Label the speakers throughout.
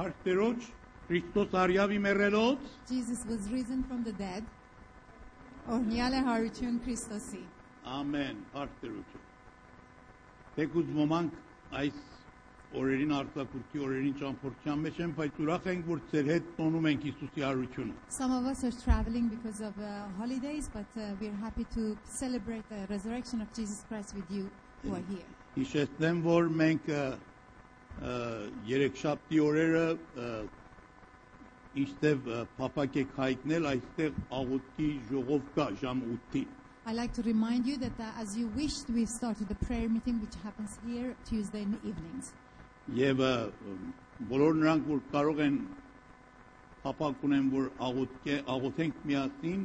Speaker 1: Արքներոջ Քրիստոս արյավի մեռելոց
Speaker 2: Jesus was risen from the dead. Oh, Օրհնյալ է հարություն Քրիստոսի։
Speaker 1: ամեն արքներոջը։ Թեկուզ ոմանք այս օրերին արտակուրքի օրերին ճամփորդության մեջ են, բայց ուրախ ենք, որ ձեր հետ տոնում ենք Հիսուսի արությունը։
Speaker 2: Some of us are traveling because of uh, holidays, but uh, we're happy to celebrate the resurrection of Jesus Christ with you who are here.
Speaker 1: Հիշեցնեմ, որ մենք ը, ը, երեքշաբթի օրերը ը, ինչտեղ ը, փապակ եք հայտնել, այստեղ աղոթքի ժողով կա ժամ 8-ին։
Speaker 2: I'd like to remind you that uh, as you wished, we started the prayer meeting which happens here Tuesday in the evenings.
Speaker 1: Եվ ը, բոլոր նրանք, որ կարող են փապակ ունեն, որ աղոթք աղոթենք միասին,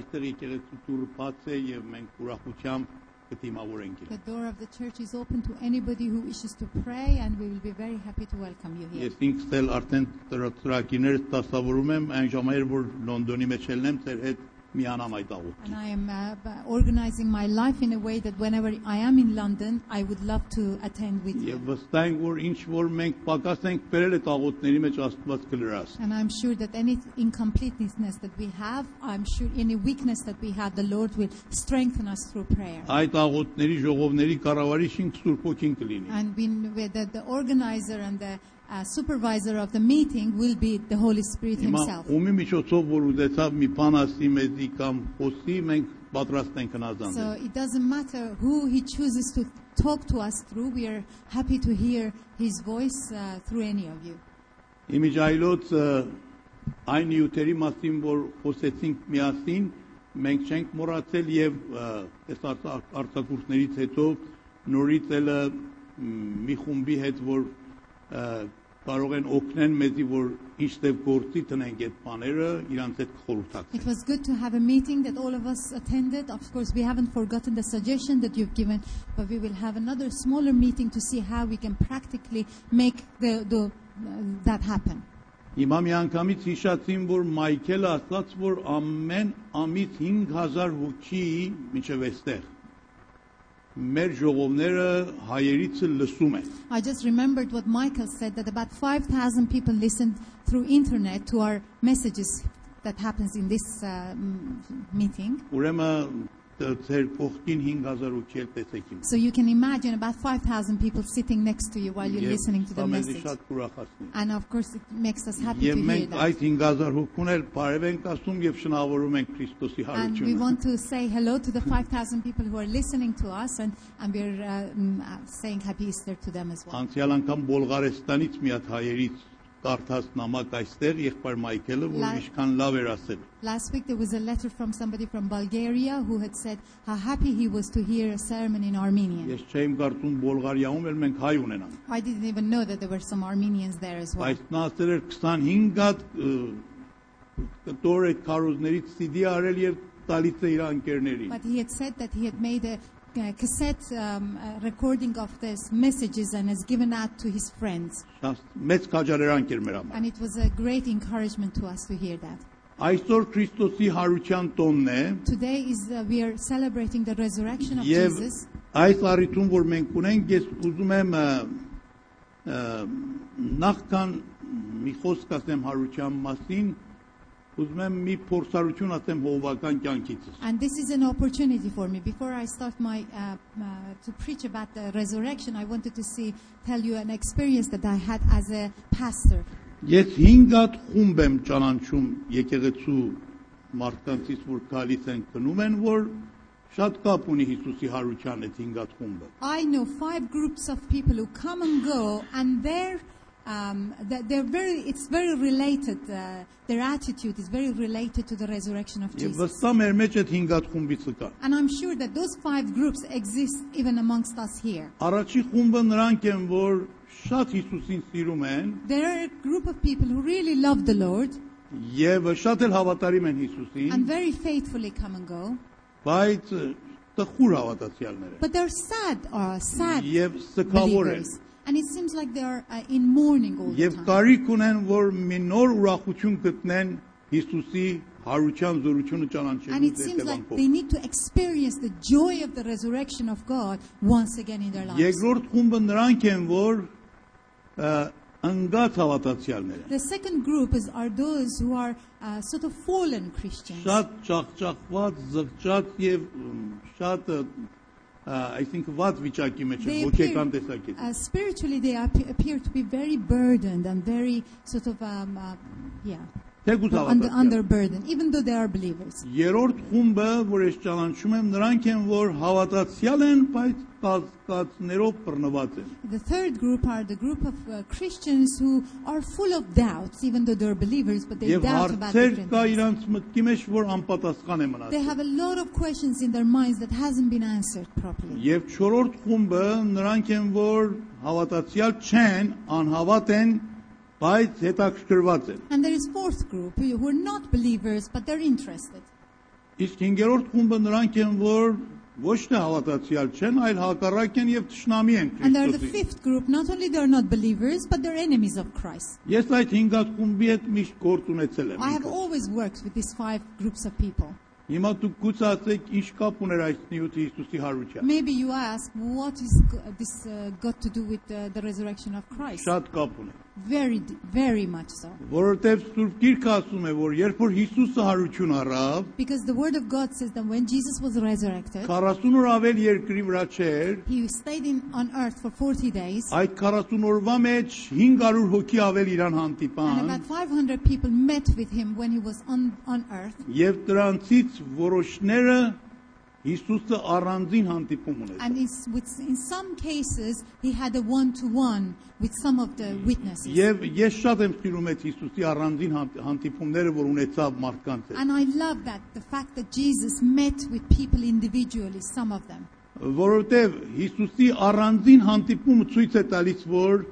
Speaker 1: այստեղ եկեղեցու դուռը բաց է եւ մենք ուրախությամբ կդիմավորենք։ իրեն։
Speaker 2: The door of the church is open to anybody who wishes to pray, and we will be very happy to welcome you here.
Speaker 1: Ես ինքս էլ արդեն ծրագրերս տասավորում եմ այն ժամեր, որ Լոնդոնի մեջ ելնեմ, ծեր հետ միանամ այդ աղոթքին։
Speaker 2: And I am uh, b- organizing my life in a way that whenever I am in London, I would love to attend with you.
Speaker 1: Եվ վստահ ենք, որ ինչ որ մենք պակաս ենք բերել այդ աղոթների մեջ Աստված կլրաս։
Speaker 2: And I'm sure that any incompleteness that we have, I'm sure any weakness that we have, the Lord will strengthen us through prayer.
Speaker 1: Այդ աղոթների ժողովների կառավարիչին Սուրբ Հոգին կլինի։
Speaker 2: And we, we- the, the organizer and the uh, supervisor of the meeting will be the Holy Spirit
Speaker 1: Հիմա
Speaker 2: Himself.
Speaker 1: ումի միջոցով որ ուզեցավ մի բան ասի մեզի կամ խոսի, մենք պատրաստ ենք
Speaker 2: So
Speaker 1: հնազանդել։
Speaker 2: it doesn't matter who He chooses to talk to us through, we are happy to hear His voice uh, through any of you.
Speaker 1: Իմիջայլոց ը, այն յուտերի մասին, որ խոսեցինք միասին, մենք չենք մոռացել եւ ը, այս արտ- արտակուրտներից հետո նորից էլ ը, մ, մի խումբի հետ որ ը, կարող են օգնել մեզի որ ինչտեղ գործի տնենք այդ բաները, իրանց հետ
Speaker 2: It
Speaker 1: խորհրդակցենք։
Speaker 2: was good to have a meeting that all of us attended. Of course, we haven't forgotten the suggestion that you've given, but we will have another smaller meeting to see how we can practically make the, the, uh, that happen.
Speaker 1: Հիմա մի անգամից հիշացին, որ Մայքելը ասաց, որ ամեն ամիս 5000 հոգի միջև էստեղ մեր ժողովները հայերիցը լսում են։
Speaker 2: I just remembered what Michael said that about 5,000 people listened through internet to our messages that happens in this uh, m- meeting.
Speaker 1: Ուրեմն դ- ձեր կողքին 5000 հոգի էլ տեսեք իմ։
Speaker 2: So you can imagine about 5,000 people sitting next to you while you're listening to the message.
Speaker 1: շատ ուրախացնում։
Speaker 2: And of course, it makes us happy
Speaker 1: Եվ
Speaker 2: to hear
Speaker 1: մենք
Speaker 2: that.
Speaker 1: այդ 5000 հոգուն էլ բարևենք ասում եւ շնորհավորում ենք Քրիստոսի
Speaker 2: And we
Speaker 1: հարությունը։
Speaker 2: want to say hello to the 5,000 people who are listening to us, and, and we're uh, mm, uh, saying Happy Easter to them as well.
Speaker 1: Անցյալ անգամ Բուլղարեստանից մի հատ հայերից կարդաց նամակ այստեղ եղբայր Մայքելը, որ
Speaker 2: Լավ։
Speaker 1: ինչքան լավ էր ասել։
Speaker 2: Last week there was a letter from somebody from Bulgaria who had said how happy he was to hear a sermon in Armenian.
Speaker 1: Ես չեմ կարծում Բուլղարիայում էլ մենք հայ ունենանք,
Speaker 2: I didn't even know that there were some Armenians there as well.
Speaker 1: բայց նա ասել էր 25 հատ դոր այդ քարոզներից CD արել եւ տալիս է իր անկերներին։
Speaker 2: But he had said that he had made a uh, cassette um, uh, recording of these messages and has given out to his friends.
Speaker 1: Դա մեծ քաջալերանք էր մեր համար։
Speaker 2: And it was a great encouragement to us to hear that.
Speaker 1: Այսօր Քրիստոսի հարության տոնն է
Speaker 2: Today is uh, we are celebrating the resurrection of
Speaker 1: եւ
Speaker 2: Jesus.
Speaker 1: այս առիթում որ մենք ունենք, ես ուզում եմ ը, ը, նախքան մի խոսք ասեմ հարության մասին, ուզում եմ մի փորձառություն ասեմ հովական կյանքից։
Speaker 2: And this is an opportunity for me. Before I start my uh, uh, to preach about the resurrection, I wanted to see tell you an experience that I had as a pastor.
Speaker 1: Ես 5 հատ խումբ եմ ճանաչում եկեղեցու մարդկանցից, որ գալիս են գնում են, որ շատ կապ ունի Հիսուսի հարության այդ 5 հատ խումբը։
Speaker 2: I know five groups of people who come and go, and their um, th- they're very it's very related. Uh, their attitude is very related to the resurrection
Speaker 1: Եվ
Speaker 2: of Jesus.
Speaker 1: վստահ մեր մեջ այդ 5 հատ խումբից կա։
Speaker 2: And I'm sure that those five groups exist even amongst us here.
Speaker 1: Առաջի խումբը նրանք են, որ շատ Հիսուսին սիրում են
Speaker 2: There are a group of people who really love the Lord
Speaker 1: եւ շատ էլ հավատարիմ են Հիսուսին,
Speaker 2: and very faithfully come and go.
Speaker 1: բայց տխուր հավատացյալներ են
Speaker 2: But they're sad, uh, sad
Speaker 1: Եվ սգավոր են։
Speaker 2: believers. And it seems like they are uh, in mourning all the
Speaker 1: եւ
Speaker 2: time.
Speaker 1: կարիք ունեն, որ մի նոր ուրախություն գտնեն Հիսուսի հարության զորությունը
Speaker 2: And
Speaker 1: ճանաչելու
Speaker 2: it seems like
Speaker 1: դեպքում։
Speaker 2: they need to experience the joy of the resurrection of God once again in their lives.
Speaker 1: Երկրորդ խումբը նրանք են, որ ը, ընկած հավատացյալները։
Speaker 2: The second group is are those who are uh, sort of fallen Christians.
Speaker 1: Շատ ճախճախված, զղճած եւ մ, շատ ը, ա, այսինքն վատ վիճակի մեջ են
Speaker 2: They
Speaker 1: հոգեկան
Speaker 2: appear-
Speaker 1: տեսակետից։
Speaker 2: uh, spiritually, they appe- appear to be very burdened and very sort of, um, uh, yeah,
Speaker 1: Թեգուզ
Speaker 2: under,
Speaker 1: հավատացյալ։
Speaker 2: under burden, even though they are believers.
Speaker 1: Երորդ խումբը, որ ես ճանաչում եմ, նրանք են, որ հավատացյալ են, բայց կասկածներով բռնված են։
Speaker 2: The third group are the group of uh, Christians who are full of doubts, even though they're believers, but they
Speaker 1: Եվ
Speaker 2: doubt about
Speaker 1: հարցեր
Speaker 2: different
Speaker 1: կա
Speaker 2: things.
Speaker 1: իրանց մտքի մեջ, որ անպատասխան է մնացել։
Speaker 2: They have a lot of questions in their minds that hasn't been answered properly.
Speaker 1: Եվ 4-րդ խումբը նրանք են, որ հավատացյալ չեն, անհավատ են, բայց հետաքրքրված են։
Speaker 2: And there is fourth group who who are not believers, but they're interested.
Speaker 1: Իսկ 5-րդ խումբը նրանք են, որ ոչ թե հավատացյալ չեն, այլ հակառակ են եւ թշնամի են
Speaker 2: And they're the
Speaker 1: Քրիստոսին։
Speaker 2: fifth group. Not only they're not believers, but they're enemies of Christ.
Speaker 1: Ես այդ 5-րդ խումբի հետ միշտ գործ ունեցել եմ։
Speaker 2: I have
Speaker 1: ինքս։
Speaker 2: always worked with these five groups of people.
Speaker 1: Հիմա դուք գուցե ասեք, ինչ կապ ուներ այս նյութի Հիսուսի հարության։
Speaker 2: Maybe you ask, what is g- this uh, got to do with uh, the resurrection of Christ?
Speaker 1: Շատ կապ ուներ։
Speaker 2: Very, d- very much so.
Speaker 1: Որովհետեւ Սուրբ Գիրքը ասում է, որ երբ որ Հիսուսը հարություն առավ,
Speaker 2: Because the Word of God says that when Jesus was resurrected,
Speaker 1: 40 օր ավել երկրի վրա չէր,
Speaker 2: he stayed in, on earth for 40 days,
Speaker 1: Այդ 40 օրվա մեջ 500 հոգի ավել իրան
Speaker 2: and
Speaker 1: հանդիպան
Speaker 2: about 500 people met with him when he was on, on earth,
Speaker 1: եւ դրանցից որոշները Հիսուսը առանձին հանդիպում
Speaker 2: and
Speaker 1: ունեցան։
Speaker 2: in, s- with, in some cases, he had a one to one with some of the witnesses.
Speaker 1: Եվ ես շատ եմ սիրում այդ Հիսուսի առանձին հան- հանդիպումները, որ ունեցավ մարդկանց հետ,
Speaker 2: And I love that, the fact that Jesus met with people individually, some of them.
Speaker 1: որովհետեւ Հիսուսի առանձին հանդիպումը ցույց է տալիս, որ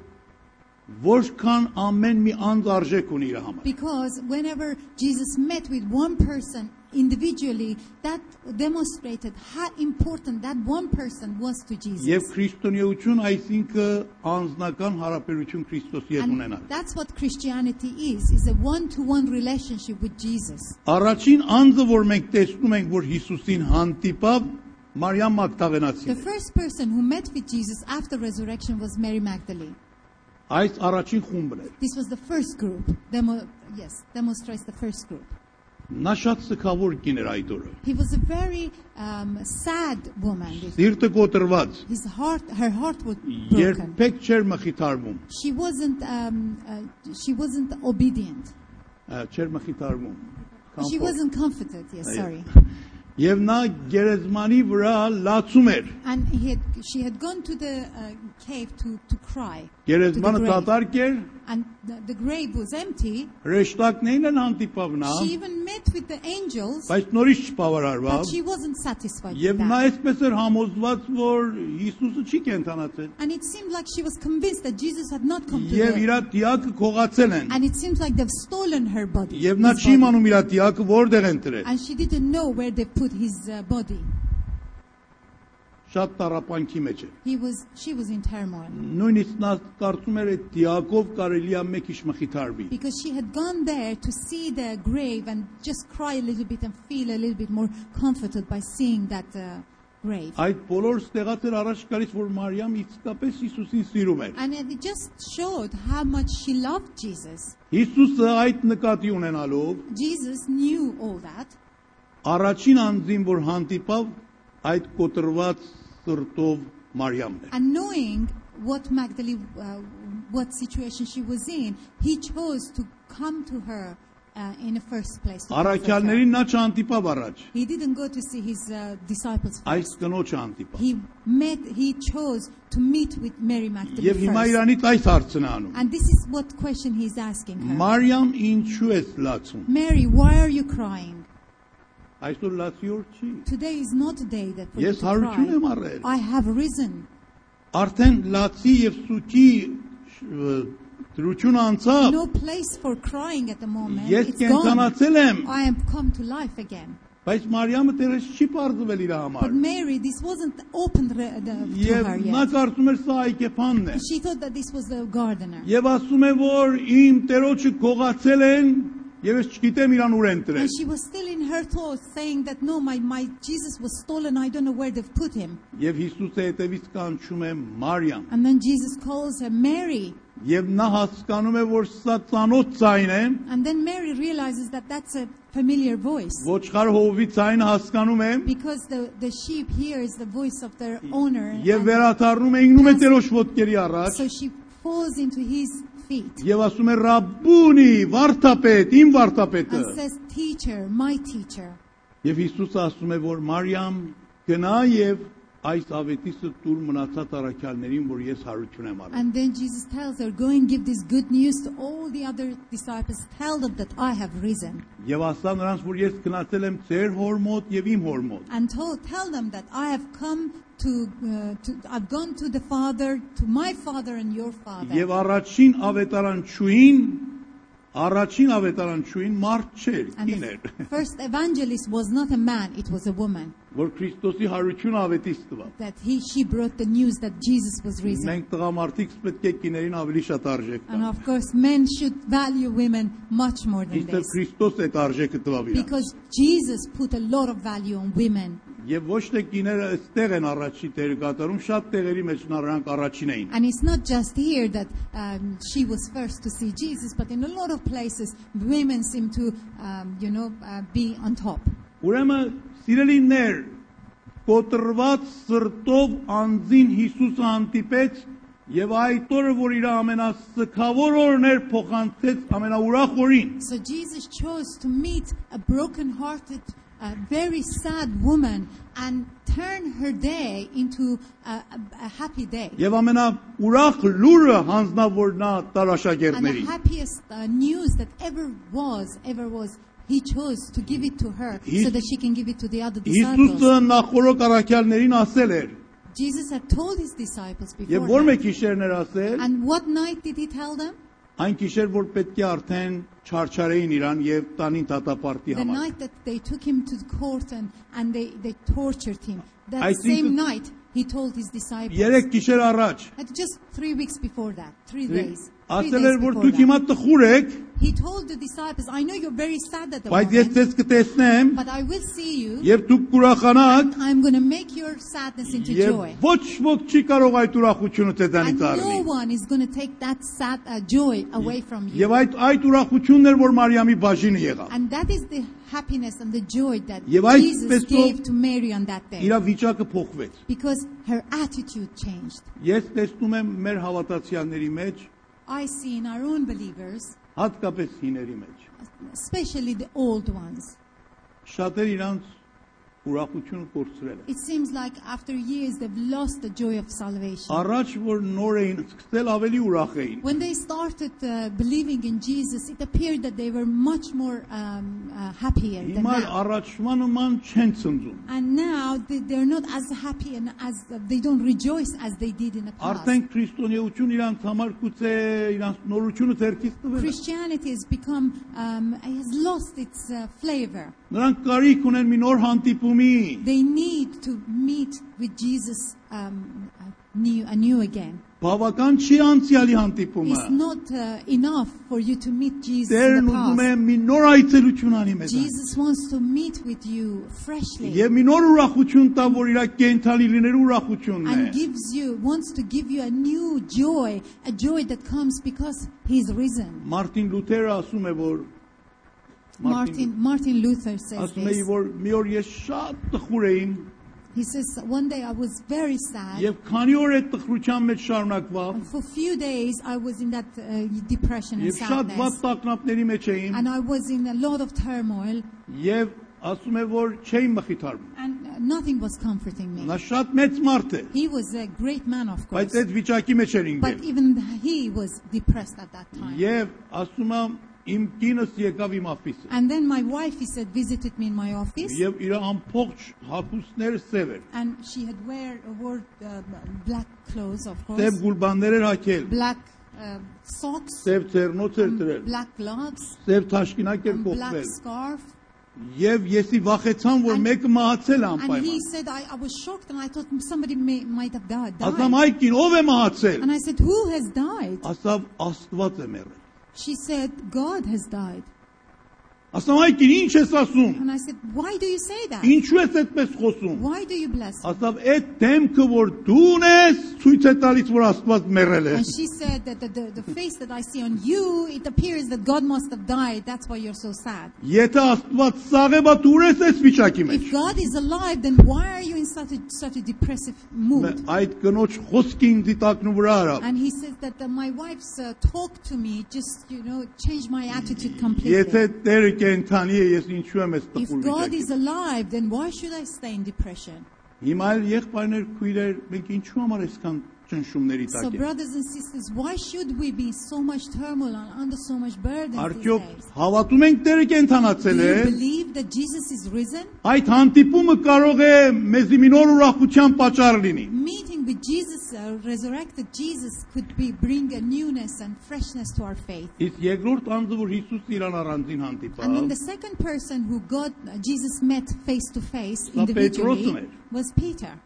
Speaker 1: որքան ամեն մի անձ արժեք ունի իր համար։
Speaker 2: Because whenever Jesus met with one person individually, that demonstrated how important that one person was to Jesus.
Speaker 1: Եվ քրիստոնեություն, այսինքն անձնական հարաբերություն Քրիստոսի հետ
Speaker 2: And
Speaker 1: ունենալ։
Speaker 2: that's what Christianity is, is a one-to-one relationship with Jesus.
Speaker 1: Առաջին անձը, որ մենք տեսնում ենք, որ Հիսուսին հանդիպավ, Մարիամ
Speaker 2: The
Speaker 1: Մագդալենացին է։
Speaker 2: first person who met with Jesus after resurrection was Mary Magdalene.
Speaker 1: Այս առաջին խումբն էր։
Speaker 2: This was the first group. Demo- yes, demonstrates the first group.
Speaker 1: Նա շատ սխավոր կին էր այդ օրը։
Speaker 2: He was a very um, sad woman. This-
Speaker 1: Սիրտը կոտրված,
Speaker 2: His heart, her heart was broken.
Speaker 1: երբեք չէր մխիթարվում,
Speaker 2: She wasn't. Um, uh, she wasn't obedient.
Speaker 1: ա, չէր մխիթարվում։
Speaker 2: She
Speaker 1: Քամփոփ։
Speaker 2: wasn't comforted. Yes, sorry.
Speaker 1: Եվ նա գերեզմանի վրա լացում էր։
Speaker 2: And he had, she had gone to the uh, cave to, to cry. to the
Speaker 1: Գերեզմանը
Speaker 2: grave.
Speaker 1: դատարկ էր,
Speaker 2: And the, the grave was empty.
Speaker 1: հրեշտակներին են հանդիպավ նա,
Speaker 2: She even met with the angels,
Speaker 1: բայց նորից
Speaker 2: but
Speaker 1: չբավարարվավ։
Speaker 2: she wasn't satisfied
Speaker 1: Եվ
Speaker 2: with
Speaker 1: նա
Speaker 2: that.
Speaker 1: այսպես էր համոզված, որ Հիսուսը չի կենթանացել։
Speaker 2: And it seemed like she was convinced that Jesus had not come to
Speaker 1: Եվ իր
Speaker 2: her.
Speaker 1: դիակը քողացել են։
Speaker 2: And it seems like they've stolen her body.
Speaker 1: Եվ նա
Speaker 2: his
Speaker 1: չի
Speaker 2: body.
Speaker 1: իմանում իր տիակը որտեղ են դրել։
Speaker 2: And she didn't know where they put his uh, body.
Speaker 1: Շատ տարապանքի մեջ է։
Speaker 2: He was, she was in turmoil.
Speaker 1: Նույնիսկ նա կարծում էր այդ տիակով կարելի է մեկ իշ մխիթարվի։
Speaker 2: Because she had gone there to see the grave and just cry a little bit and feel a little bit more comforted by seeing that uh, grave.
Speaker 1: Այդ բոլոր ստեղած էր առաջ գալիս, որ Մարիամ իսկապես Հիսուսին սիրում էր։
Speaker 2: And it just showed how much she loved Jesus.
Speaker 1: Հիսուսը այդ նկատի ունենալով
Speaker 2: Jesus knew all that.
Speaker 1: առաջին անձին, որ հանդիպավ, այդ կոտրված սրտով Մարիամն էր։
Speaker 2: And knowing what Magdalene, uh, what situation she was in, he chose to come to her uh, in the first place. to comfort her.
Speaker 1: Առաքյալներին նա չհանդիպավ առաջ,
Speaker 2: He didn't go to see his uh, disciples.
Speaker 1: այս կնոջը հանդիպավ։
Speaker 2: He met, he chose to meet with Mary Magdalene
Speaker 1: Եվ հիմա
Speaker 2: first.
Speaker 1: իրանից այս հարցն է անում։
Speaker 2: And this is what question he's asking her.
Speaker 1: Մարիամ, ինչու ես լացում։
Speaker 2: Mary, why are you crying?
Speaker 1: Այսօր լացի օր չի։
Speaker 2: Today is not a day that for you
Speaker 1: Ես
Speaker 2: to
Speaker 1: հարություն եմ
Speaker 2: cry.
Speaker 1: առել։
Speaker 2: I have risen.
Speaker 1: Արդեն լացի եւ սուքի դրություն անցավ։
Speaker 2: No place for crying at the moment.
Speaker 1: Ես
Speaker 2: It's gone.
Speaker 1: կենթանացել եմ,
Speaker 2: I am come to life again.
Speaker 1: բայց Մարիամը դերս չի բարձվել իր
Speaker 2: But
Speaker 1: համար։
Speaker 2: Mary, this wasn't opened re- the, to
Speaker 1: Եվ
Speaker 2: her
Speaker 1: նա
Speaker 2: yet.
Speaker 1: կարծում էր սա այկեփանն է։
Speaker 2: She thought that this was the gardener.
Speaker 1: Եվ ասում է, որ իմ տերոջը գողացել են, եւ ես չգիտեմ իրան ուր են
Speaker 2: And
Speaker 1: դրել։
Speaker 2: she was still in her thoughts saying that, no, my, my Jesus was stolen. I don't know where they've put him.
Speaker 1: Եվ Հիսուսը հետևից կանչում է Մարիամ։
Speaker 2: And then Jesus calls her Mary.
Speaker 1: Եվ նա հասկանում է, որ սա ծանոթ ցայն է,
Speaker 2: And then Mary realizes that that's a familiar voice
Speaker 1: ոչխար հովվի ցայն հասկանում է,
Speaker 2: because the, the sheep hears the voice of their owner.
Speaker 1: եւ
Speaker 2: and
Speaker 1: վերաթարնում է, ինգնում է Տերոջ ոտքերի առաջ,
Speaker 2: so she falls into his feet
Speaker 1: եւ ասում է՝ «Ռաբբունի, վարդապետ, իմ վարդապետը»։
Speaker 2: and says, Teacher, my teacher.
Speaker 1: Եվ Հիսուսը ասում է, որ Մարիամ գնա եւ այս ավետիսը տուր մնացած առաքյալներին, որ ես հարություն եմ արել։
Speaker 2: And then Jesus tells her, Go and give this good news to all the other disciples. Tell them that I have risen.
Speaker 1: Եվ ասա նրանց, որ ես գնացել եմ ձեր հոր մոտ եւ իմ հոր մոտ։
Speaker 2: And told, tell them that I have come to, uh, to, I've gone to the Father, to my Father and your Father.
Speaker 1: Եվ առաջին ավետարանչուին առաջին ավետարանչուին մարդ չէր,
Speaker 2: And
Speaker 1: կին էր,
Speaker 2: the first evangelist was not a man, it was a woman.
Speaker 1: որ Քրիստոսի հարություն ավետիս տվա։
Speaker 2: That he, she brought the news that Jesus was risen.
Speaker 1: Մենք տղամարդիկ պետք է կիներին ավելի շատ արժեք
Speaker 2: And
Speaker 1: տանք։
Speaker 2: of course, men should value women much more than
Speaker 1: Իսկ
Speaker 2: this.
Speaker 1: Քրիստոս այդ արժեքը տվավ իրան։
Speaker 2: Because Jesus put a lot of value on women.
Speaker 1: Եվ ոչ թե կիները այստեղ են առաջի դեր կատարում, շատ տեղերի մեջ նրանք առաջին էին։
Speaker 2: And it's not just here that um, she was first to see Jesus, but in a lot of places, women seem to, um, you know, uh, be on top.
Speaker 1: Ուրեմն, սիրելիներ, կոտրված սրտով անձին Հիսուսը հանդիպեց եւ այդ օրը, որ իր ամենասքավոր օրն էր, փոխանցեց ամենաուրախ օրին։
Speaker 2: So Jesus chose to meet a broken-hearted, uh, very sad woman and turn her day into a, a, a happy day.
Speaker 1: Եվ ամենաուրախ լուրը հանձնավոր նա
Speaker 2: And the
Speaker 1: տարաշակերտների։
Speaker 2: happiest uh, news that ever was, ever was, he chose to give it to her
Speaker 1: He-
Speaker 2: so that she can give it to the other disciples.
Speaker 1: Հիսուսը նախորդ առաքյալներին ասել էր,
Speaker 2: Jesus had told his disciples
Speaker 1: եւ որ
Speaker 2: before.
Speaker 1: մեկ գիշերն էր ասել,
Speaker 2: And what night did he tell them?
Speaker 1: այն գիշեր, որ պետք է արդեն չարչարեին իրան եւ տանին դատապարտի
Speaker 2: The
Speaker 1: համար։
Speaker 2: night that they took him to the court and, and they, they tortured him. That
Speaker 1: I think
Speaker 2: same
Speaker 1: it-
Speaker 2: night he told his disciples.
Speaker 1: Երեք գիշեր առաջ
Speaker 2: And just three weeks before that, three days. Three
Speaker 1: ասել
Speaker 2: days
Speaker 1: էր, որ
Speaker 2: before
Speaker 1: դուք
Speaker 2: that.
Speaker 1: հիմա տխուր եք,
Speaker 2: He told the disciples, I know you're very sad at the
Speaker 1: բայց ես
Speaker 2: moment,
Speaker 1: ձեզ կտեսնեմ
Speaker 2: but I will see you.
Speaker 1: եւ դուք կուրախանաք
Speaker 2: I'm going to make your sadness into
Speaker 1: եւ
Speaker 2: joy.
Speaker 1: ոչ ոք չի կարող այդ ուրախությունը
Speaker 2: And
Speaker 1: ձեզանից
Speaker 2: no
Speaker 1: առնի։
Speaker 2: one is going to take that sad uh, joy away from you.
Speaker 1: Եվ այդ այդ ուրախությունն էր, որ Մարիամի բաժինը եղավ։
Speaker 2: And that is the happiness and the joy that
Speaker 1: Եվ այդ
Speaker 2: Jesus
Speaker 1: պես-
Speaker 2: gave to Mary on that day.
Speaker 1: Իր վիճակը փոխվեց։
Speaker 2: Because her attitude changed.
Speaker 1: Ես տեսնում եմ մեր հավատացյալների մեջ,
Speaker 2: I see in our own believers,
Speaker 1: հատկապես հիների մեջ,
Speaker 2: especially the old ones,
Speaker 1: շատեր իրանց ուրախությունը կորցրել են։
Speaker 2: it seems like after years they've lost the joy of salvation.
Speaker 1: Առաջ որ նոր էին սկսել, ավելի ուրախ էին։
Speaker 2: When they started uh, believing in Jesus, it appeared that they were much more um, uh, happier than
Speaker 1: Հիմա
Speaker 2: now.
Speaker 1: առաջվան նման չեն ծնվում։
Speaker 2: And now they, they're not as happy and as they don't rejoice as they did in the past.
Speaker 1: Արդեն քրիստոնեություն իրանց համար գուցե իրանց նորությունը ձերքից տվել։ է։
Speaker 2: Christianity has become um, has lost its uh, flavor.
Speaker 1: Նրանք կարիք ունեն մի նոր հանդիպումի,
Speaker 2: They need to meet with Jesus um, new anew again.
Speaker 1: բավական չի անցյալի հանդիպումը։
Speaker 2: It's not uh, enough for you to meet Jesus in
Speaker 1: Տերն
Speaker 2: the
Speaker 1: ուզում է
Speaker 2: past.
Speaker 1: մի նոր այցելություն անի մեզ։
Speaker 2: Jesus wants to meet with you freshly
Speaker 1: Եվ մի նոր ուրախություն տա, որ իր կենթանի լինելու ուրախությունն
Speaker 2: and
Speaker 1: է։
Speaker 2: gives you wants to give you a new joy, a joy that comes because He's risen.
Speaker 1: Մարտին Լութերը ասում է, որ
Speaker 2: Martin Martin Luther says
Speaker 1: ասում է,
Speaker 2: this.
Speaker 1: որ մի օր ես շատ տխուր էին
Speaker 2: He says one day I was very sad.
Speaker 1: եւ քանի օր այդ տխրության մեջ շարունակվավ
Speaker 2: And for a few days, I was in that uh, depression and
Speaker 1: եւ շատ վատ
Speaker 2: sadness.
Speaker 1: տակնապների մեջ էին
Speaker 2: And I was in a lot of turmoil,
Speaker 1: եւ ասում է, որ չէին մխիթարվում։
Speaker 2: and uh, nothing was comforting me.
Speaker 1: Նա շատ մեծ մարդ է,
Speaker 2: He was a great man, of course,
Speaker 1: բայց այդ վիճակի մեջ էր
Speaker 2: but
Speaker 1: ինքն։
Speaker 2: even he was depressed at that time.
Speaker 1: Եվ ասում եմ, իմ կինս եկավ իմ աֆիսը
Speaker 2: And then my wife, he said, visited me in my office,
Speaker 1: եւ իր ամբողջ հապուսները սև էր։
Speaker 2: and she had wear wore uh, black clothes, of
Speaker 1: Սև
Speaker 2: course,
Speaker 1: գուլբաններ էր հագել,
Speaker 2: black uh, socks, mm,
Speaker 1: սև ծերնոց էր դրել,
Speaker 2: black gloves,
Speaker 1: սև թաշկինակ էր
Speaker 2: and black
Speaker 1: կողպել։
Speaker 2: scarf.
Speaker 1: Եվ եսի վախեցան, որ
Speaker 2: And-
Speaker 1: մեկը մահացել է
Speaker 2: And he
Speaker 1: անպայման։
Speaker 2: said, I, I was shocked, and I thought somebody may, might have died.
Speaker 1: Ասամ այ կին ով է մահացել։
Speaker 2: And I said, Who has died?
Speaker 1: Ասավ Աստված է մեռել։
Speaker 2: She said, God has died.
Speaker 1: Ասում այ քին ինչ ես ասում։
Speaker 2: And I said, Why do you say that?
Speaker 1: Ինչու ես այդպես խոսում։
Speaker 2: Why do you bless? me?"
Speaker 1: Ասավ այդ դեմքը որ դու ունես ցույց է տալիս որ Աստված մեռել է։
Speaker 2: And she said that the, the, the face that I see on you, it appears that God must have died. That's why you're so sad.
Speaker 1: Եթե Աստված սաղ է, բա դու ուր ես այս վիճակի մեջ։
Speaker 2: If God is alive, then why are you in such a, such a depressive mood?
Speaker 1: Այդ կնոջ խոսքը ինձ տակնու վրա արա։
Speaker 2: And he says that uh, my wife's uh, talk to me just, you know, changed my attitude
Speaker 1: Եթե
Speaker 2: completely.
Speaker 1: Տերը կենթանի է, ես ինչու եմ այս
Speaker 2: If
Speaker 1: տխուր
Speaker 2: God is
Speaker 1: վիճակի։
Speaker 2: alive, then why should I stay in depression?
Speaker 1: Հիմա այլ եղբայրներ, քույրեր, մենք ինչու համար այսքան ճնշումների
Speaker 2: So,
Speaker 1: տակ ենք։
Speaker 2: brothers and sisters, why should we be in so much turmoil and under so much burden these
Speaker 1: Արդյոք
Speaker 2: days?
Speaker 1: հավատում ենք Տերը
Speaker 2: Do
Speaker 1: կենթանացել է։
Speaker 2: you believe that Jesus is risen?
Speaker 1: Այդ հանդիպումը կարող է մեզի մի նոր ուրախության պատճառ լինի։
Speaker 2: Meeting with Jesus, uh, resurrected Jesus, could be bring a newness and freshness to our faith.
Speaker 1: Իսկ երկրորդ անձը, որ Հիսուսն իրան առանձին
Speaker 2: And then
Speaker 1: հանդիպավ,
Speaker 2: the second person who God, Jesus met face to face
Speaker 1: Սա Պետրոսն
Speaker 2: individually
Speaker 1: էր։
Speaker 2: was Peter.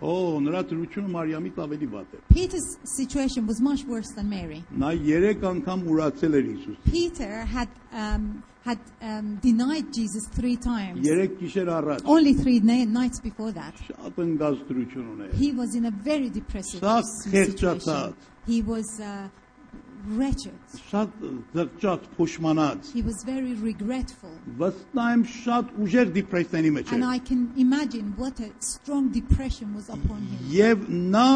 Speaker 1: օ, նրա դրությունը Մարիամից ավելի վատ էր։
Speaker 2: Peter's situation was much worse than Mary.
Speaker 1: Նա 3 անգամ ուրացել էր Հիսուսին։
Speaker 2: Peter had um, had um, denied Jesus three times,
Speaker 1: 3 գիշեր առաջ
Speaker 2: only three na- nights before that.
Speaker 1: շատ ընկած դրություն ուներ։
Speaker 2: He was in a very depressive
Speaker 1: Շատ
Speaker 2: situation.
Speaker 1: խեղճացած։
Speaker 2: He was uh, wretched.
Speaker 1: Շատ զղճած, փոշմանած։
Speaker 2: He was very regretful.
Speaker 1: Վստահեմ շատ ուժեր դիպրեսիոնի մեջ էր։
Speaker 2: And I can imagine what a strong depression was upon him.
Speaker 1: Եվ նա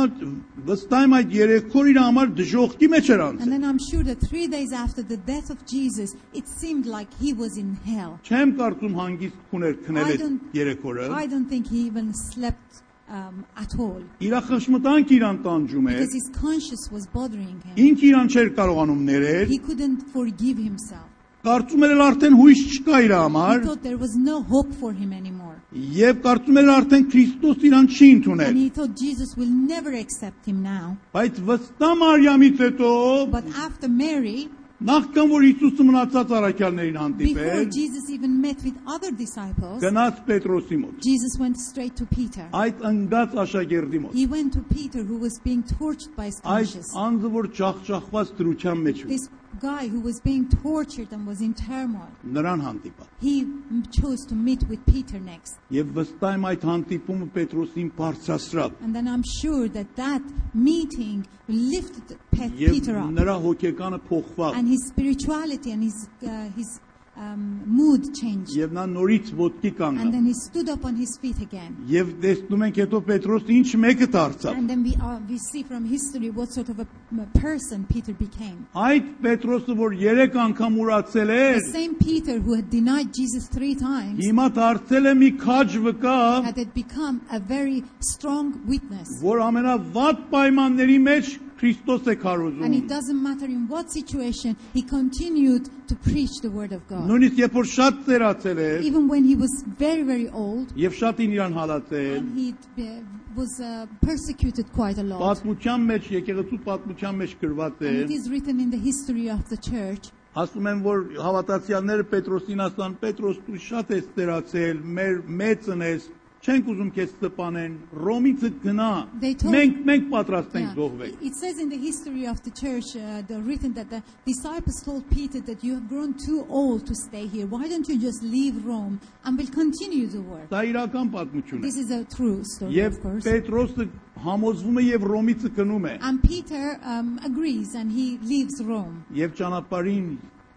Speaker 1: վստահեմ այդ երեքոր իր համար դժողքի մեջ էր
Speaker 2: And
Speaker 1: անցել։
Speaker 2: then I'm sure that three days after the death of Jesus, it seemed like he was in hell.
Speaker 1: Չեմ կարծում հանգիստ քուներ քնել
Speaker 2: I
Speaker 1: այդ
Speaker 2: don't-
Speaker 1: երեքորը։
Speaker 2: I don't think he even slept um, at all
Speaker 1: Իր խշմտանք իրան տանջում էր։
Speaker 2: because his conscience was bothering him.
Speaker 1: Ինչ իրան չէր կարողանում ներել։
Speaker 2: He couldn't forgive himself.
Speaker 1: Կարծում էր էլ արդեն հույս չկա իր
Speaker 2: He
Speaker 1: համար,
Speaker 2: thought there was no hope for him anymore.
Speaker 1: եւ կարծում էր արդեն Քրիստոս իրան չի
Speaker 2: And
Speaker 1: ընդունել։
Speaker 2: he thought Jesus will never accept him now.
Speaker 1: Բայց վստահ Մարիամից հետո,
Speaker 2: But after Mary,
Speaker 1: նախքան որ Հիսուսը մնացած առաքյալներին
Speaker 2: before
Speaker 1: հանդիպել,
Speaker 2: Jesus even met with other disciples,
Speaker 1: գնաց Պետրոսի մոտ։
Speaker 2: Jesus went straight to Peter.
Speaker 1: Այդ ընկած աշակերտի մոտ։
Speaker 2: He went to Peter, who was being tortured by his
Speaker 1: Այդ
Speaker 2: conscience.
Speaker 1: անձը որ ճախճախված դրության մեջ էր,
Speaker 2: This guy who was being tortured and was in turmoil,
Speaker 1: նրան հանդիպա։
Speaker 2: he m- chose to meet with Peter next.
Speaker 1: Եվ վստահ եմ այդ հանդիպումը Պետրոսին բարձրացրավ։
Speaker 2: And then I'm sure that that meeting lifted Pe-
Speaker 1: Եվ
Speaker 2: Peter up,
Speaker 1: նրա հոգեկանը փոխվավ։
Speaker 2: and his spirituality and his uh, his um, mood changed.
Speaker 1: Եվ նա նորից ոտքի
Speaker 2: And
Speaker 1: կանգնավ։
Speaker 2: then he stood up on his feet again.
Speaker 1: Եվ տեսնում ենք հետո Պետրոսը ինչ մեկը դարձավ։
Speaker 2: And then we uh, we see from history what sort of a m- person Peter became.
Speaker 1: Այդ Պետրոսը որ 3 անգամ ուրացել
Speaker 2: The
Speaker 1: էր,
Speaker 2: same Peter who had denied Jesus three times
Speaker 1: հիմա դարձել է մի քաջ վկա,
Speaker 2: had it become a very strong witness.
Speaker 1: որ ամենավատ պայմանների մեջ Քրիստոս է
Speaker 2: And it
Speaker 1: քարոզում։
Speaker 2: doesn't matter in what situation, he continued to preach the word of God.
Speaker 1: Նույնիսկ երբ որ շատ ծերացել էր
Speaker 2: Even when he was very, very old,
Speaker 1: եւ շատին իրան հալածել,
Speaker 2: and he uh, was uh, persecuted quite a lot.
Speaker 1: պատմության մեջ, եկեղեցու պատմության մեջ գրված է,
Speaker 2: And it is written in the history of the church
Speaker 1: Ասում են որ հավատացյալները Պետրոսին ասան Պետրոս դու շատ ես ծերացել մեր մեծն ես չենք ուզում քեզ սպանեն Ռոմից գնա
Speaker 2: They told-
Speaker 1: մենք մենք պատրաստ ենք
Speaker 2: Yeah.
Speaker 1: զոհվել
Speaker 2: It says in the history of the church, uh, the written that the disciples told Peter that you have grown too old to stay here. Why don't you just leave Rome and we'll continue the work?
Speaker 1: դա իրական պատմություն է
Speaker 2: This is a true story,
Speaker 1: եւ
Speaker 2: of course.
Speaker 1: Պետրոսը համոզվում է եւ Ռոմից գնում է
Speaker 2: And Peter um, agrees and he leaves Rome.
Speaker 1: եւ ճանապարհին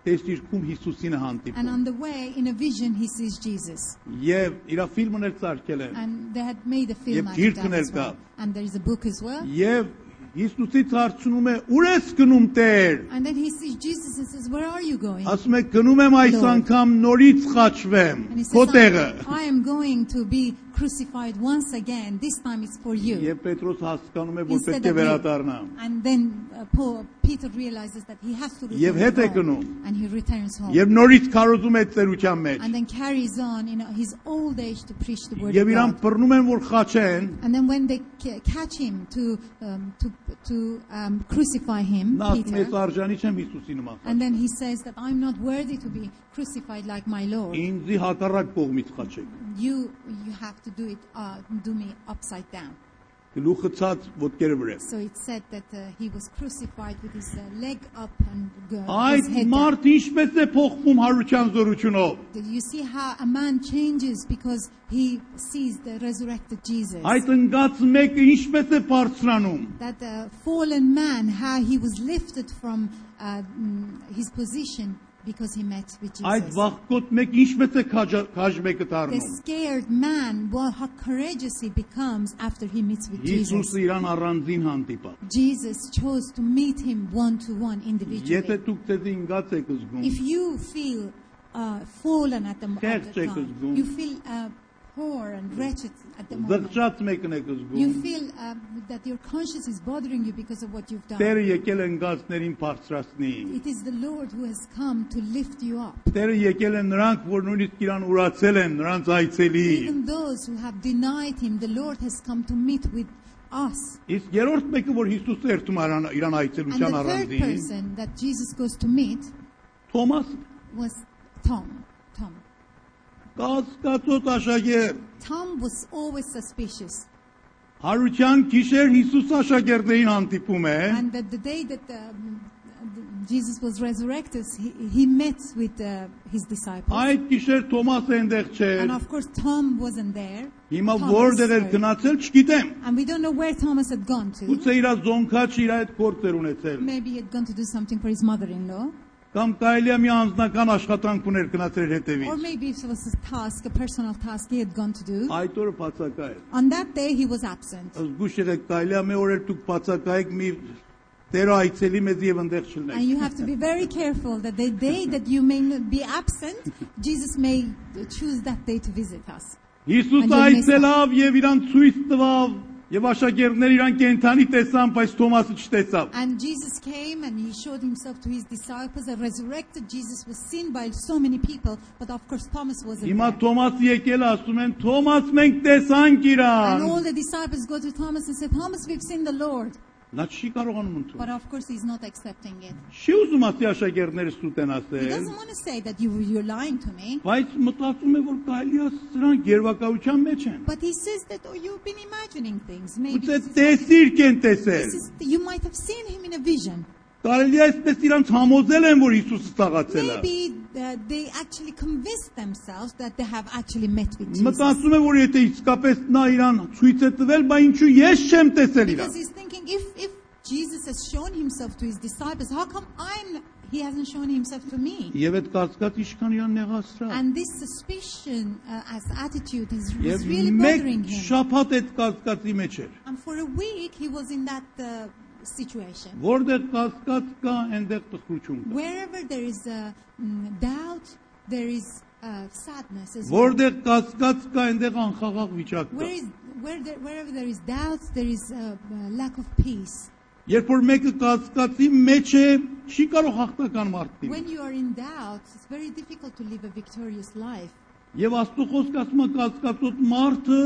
Speaker 1: տեսիրքում Հիսուսին է
Speaker 2: And
Speaker 1: հանդիպում
Speaker 2: on the way, in a vision, he sees Jesus.
Speaker 1: եւ իր ֆիլմն էլ ցարկել են
Speaker 2: And they had made a film
Speaker 1: Yep,
Speaker 2: out of
Speaker 1: Kirkener
Speaker 2: that as well.
Speaker 1: Cup.
Speaker 2: And there is a book as well.
Speaker 1: եւ Հիսուսից հարցնում է ուր ես գնում Տեր
Speaker 2: And then he sees Jesus and says, Where are you going?
Speaker 1: ասում է գնում եմ այս
Speaker 2: Lord.
Speaker 1: անգամ նորից խաչվեմ
Speaker 2: And he says, "Oh,
Speaker 1: քո տեղը
Speaker 2: I, I am going to be crucified once again. This time it's for you.
Speaker 1: Եվ Պետրոս հասկանում է, որ
Speaker 2: Instead
Speaker 1: պետք է
Speaker 2: of
Speaker 1: վերադառնա։
Speaker 2: you. And then uh, Paul, Peter realizes that he has to return
Speaker 1: Եվ հետ է
Speaker 2: home.
Speaker 1: գնում։
Speaker 2: And he returns home.
Speaker 1: Եվ նորից քարոզում է ծերության մեջ։
Speaker 2: And then carries on in his old age to preach the word
Speaker 1: Եվ
Speaker 2: of
Speaker 1: իրան
Speaker 2: God.
Speaker 1: բռնում են, որ խաչեն,
Speaker 2: And then when they ca- catch him to um, to to um, crucify him,
Speaker 1: նա ասում է,
Speaker 2: Peter,
Speaker 1: «Ես արժանի չեմ Հիսուսի նման։ խաչել,
Speaker 2: and then he says that I'm not worthy to be crucified like my Lord.
Speaker 1: Ինձի հակառակ կողմից խաչեք»։
Speaker 2: You you have to do it uh, do me upside down.
Speaker 1: գլուխը ցած ոտքերը վրա։
Speaker 2: So it said that uh, he was crucified with his uh, leg up and uh, his
Speaker 1: Այդ
Speaker 2: head down.
Speaker 1: մարդը ինչպես է փոխվում հարության զորությունով։
Speaker 2: You see how a man changes because he sees the resurrected Jesus.
Speaker 1: Այդ ընկած մեկը ինչպես է բարձրանում։
Speaker 2: that uh, fallen man, how he was lifted from uh, mm, his position because he met with
Speaker 1: Այդ
Speaker 2: Jesus.
Speaker 1: վախկոտ մեկը ինչպես է քաջա- քաջմեկը
Speaker 2: the
Speaker 1: դառնում։
Speaker 2: scared man, well, how courageous he becomes after he meets with Jesus.
Speaker 1: Հիսուսը իրան առանձին հանդիպավ։
Speaker 2: Jesus chose to meet him one to one individually.
Speaker 1: Եթե դուք դեզ ընկած եք զգում,
Speaker 2: If you feel uh, fallen at the, at the
Speaker 1: Tercek
Speaker 2: time,
Speaker 1: üzgün.
Speaker 2: you feel uh, poor and wretched at the moment.
Speaker 1: զղճած մեկն եք
Speaker 2: You
Speaker 1: զգում,
Speaker 2: feel uh, that your conscience is bothering you because of what you've done.
Speaker 1: Տերը եկել ընկածներին բարձրացնի։
Speaker 2: It is the Lord who has come to lift you up.
Speaker 1: Տերը եկել են նրանք, որ նույնիսկ իրան ուրացել են, նրանց այցելի։
Speaker 2: Even those who have denied him, the Lord has come to meet with us.
Speaker 1: Իսկ երրորդ մեկը, որ Հիսուսը երթում արան իրան
Speaker 2: And
Speaker 1: այցելության
Speaker 2: the third
Speaker 1: առանձին,
Speaker 2: person that Jesus goes to meet
Speaker 1: Թոմաս
Speaker 2: was Tom. Tom.
Speaker 1: կասկածոտ աշակերտ,
Speaker 2: Tom was always suspicious.
Speaker 1: հարության գիշեր Հիսուս աշակերտներին հանդիպում է,
Speaker 2: And the, the day that um, the- Jesus was resurrected, he, he met with uh, his disciples.
Speaker 1: այդ գիշեր Թոմասը այնտեղ
Speaker 2: and
Speaker 1: չէր։
Speaker 2: of course, Tom wasn't there.
Speaker 1: Հիմա
Speaker 2: Thomas,
Speaker 1: որտեղ էր
Speaker 2: sorry.
Speaker 1: գնացել, չգիտեմ։
Speaker 2: And we don't know where Thomas had gone to.
Speaker 1: Ուցե իրա զոնքաչ իր այդ գործեր ունեցել։
Speaker 2: Maybe he had gone to do something for his mother-in-law.
Speaker 1: Կամ կարելի է մի անձնական աշխատանք ուներ գնացել հետևից։
Speaker 2: Or maybe it was a task, a personal task he had gone to do.
Speaker 1: Այդ օրը բացակա էր։
Speaker 2: On that day, he was absent.
Speaker 1: Զգուշ եղեք, կարելի է մի օր էլ դուք բացակա եք մի Տեր այցելի մեզ եւ ընդեղ
Speaker 2: And
Speaker 1: չլնեք։
Speaker 2: you have to be very careful that the day that you may not be absent, Jesus may choose that day to visit us.
Speaker 1: Հիսուս
Speaker 2: Անջերմեսա։
Speaker 1: այցելավ եւ իրան ցույց տվավ եւ աշակերտները իրան կենթանի տեսան, բայց Թոմասը չտեսավ։
Speaker 2: And Jesus came and he showed himself to his disciples. A resurrected Jesus was seen by so many people, but of course Thomas wasn't
Speaker 1: Հիմա
Speaker 2: there.
Speaker 1: Թոմասը եկել է, ասում են Թոմաս մենք տեսանք
Speaker 2: And
Speaker 1: իրան։
Speaker 2: all the disciples go to Thomas and say, Thomas, we've seen the Lord.
Speaker 1: Նա չի կարողանում ընդունել։
Speaker 2: But of course he's not accepting it.
Speaker 1: Չի ուզում ասի աշակերտները սուտեն
Speaker 2: He
Speaker 1: ասել։
Speaker 2: doesn't want to say that you, you're lying to me.
Speaker 1: Բայց մտածում է, որ կարելի է սրանք երվակայության մեջ են։
Speaker 2: But he says that oh, you've been imagining things. Maybe
Speaker 1: Ուծե
Speaker 2: this is-
Speaker 1: տեսիրք են
Speaker 2: this
Speaker 1: տեսել։
Speaker 2: is, you might have seen him in a vision.
Speaker 1: Կարելի է այսպես իրանց համոզել են, որ Հիսուսը ցաղացել է։
Speaker 2: Maybe uh, they actually convinced themselves that they have actually met with Jesus.
Speaker 1: Մտածում է, որ եթե իսկապես նա իրան ցույց է տվել, բա ինչու ես չեմ տեսել
Speaker 2: Because
Speaker 1: իրան։
Speaker 2: he's thinking, if, if Jesus has shown himself to his disciples, how come I'm, he hasn't shown himself to me?
Speaker 1: Եվ այդ կասկած ինչքան իրան նեղացրա։
Speaker 2: And this suspicion uh, as attitude is, was
Speaker 1: Եվ
Speaker 2: really
Speaker 1: մեկ
Speaker 2: bothering him.
Speaker 1: շափատ այդ կասկածի մեջ էր։
Speaker 2: And for a week, he was in that uh, situation.
Speaker 1: Որտեղ կասկած կա, այնտեղ տխրություն կա։
Speaker 2: Wherever there is uh, mm, doubt, there is uh, sadness as well.
Speaker 1: Որտեղ կասկած կա, այնտեղ անխաղաղ վիճակ կա։
Speaker 2: Where is, where there, wherever there is doubt, there is uh, uh, lack of peace.
Speaker 1: Երբ որ մեկը կասկածի մեջ է, չի կարող հաղթական մարդ լինել։
Speaker 2: When you are in doubt, it's very difficult to live a victorious life.
Speaker 1: Եվ Աստծո խոսքը ասում է կասկածոտ մարդը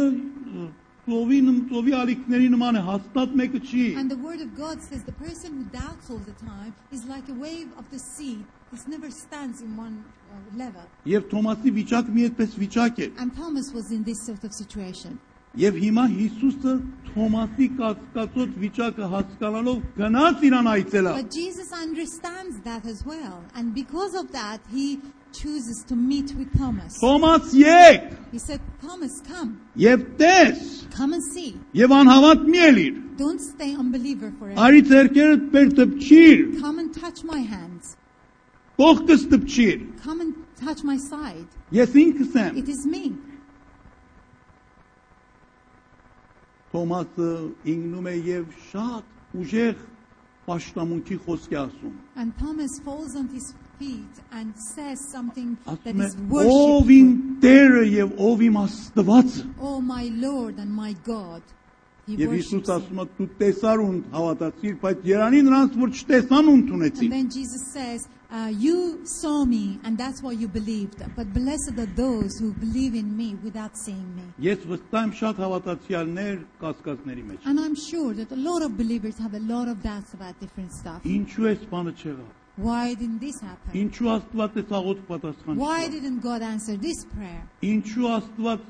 Speaker 1: ծովի նմ- ծովի ալիքների նման է, հաստատ մեկը չի։
Speaker 2: And the Word of God says the person who doubts all the time is like a wave of the sea. It never stands in one uh, level.
Speaker 1: Եվ Թոմասի վիճակը մի այդպես վիճակ էր։
Speaker 2: And Thomas was in this sort of situation.
Speaker 1: Եվ հիմա Հիսուսը Թոմասի կասկածոտ վիճակը հասկանալով գնաց իրան այցելա։
Speaker 2: But Jesus understands that as well. And because of that, he chooses to meet with Thomas.
Speaker 1: Թոմաս եկ
Speaker 2: He said, Thomas, come.
Speaker 1: եւ տես
Speaker 2: Come and see.
Speaker 1: եւ անհավատ մի էլ իր։
Speaker 2: Don't stay unbeliever forever.
Speaker 1: Արի церկերը բեր տպչիր,
Speaker 2: Come and touch my hands.
Speaker 1: կողքս տպչիր։
Speaker 2: Come and touch my side.
Speaker 1: Ես ինքս եմ։
Speaker 2: It is me.
Speaker 1: Թոմասը ինգնում է եւ շատ ուժեղ աշտամունքի խոսքի ասում։
Speaker 2: And Thomas falls on his feet and says something that
Speaker 1: Ասում է
Speaker 2: is
Speaker 1: ով իմ
Speaker 2: worshipful.
Speaker 1: Տերը եւ ով իմ Աստվածը։
Speaker 2: Oh, my Lord and my God. He
Speaker 1: Եվ
Speaker 2: worships
Speaker 1: Հիսուս
Speaker 2: him.
Speaker 1: ասում է՝ «Դու տեսար ու հավատացիր, բայց երանի նրանց որ չտեսան ու
Speaker 2: And
Speaker 1: ընդունեցին»։
Speaker 2: then Jesus says, uh, You saw me, and that's why you believed. But blessed are those who believe in me without seeing me.
Speaker 1: Ես վստահ եմ շատ հավատացյալներ կասկածների մեջ։
Speaker 2: And I'm sure that a lot of believers have a lot of doubts about different stuff.
Speaker 1: Ինչու էս բանը չեղավ։
Speaker 2: Why didn't this happen?
Speaker 1: Ինչու Աստված էս աղոտ պատասխան
Speaker 2: Why
Speaker 1: չտավ։
Speaker 2: didn't God answer this prayer?
Speaker 1: Ինչու Աստված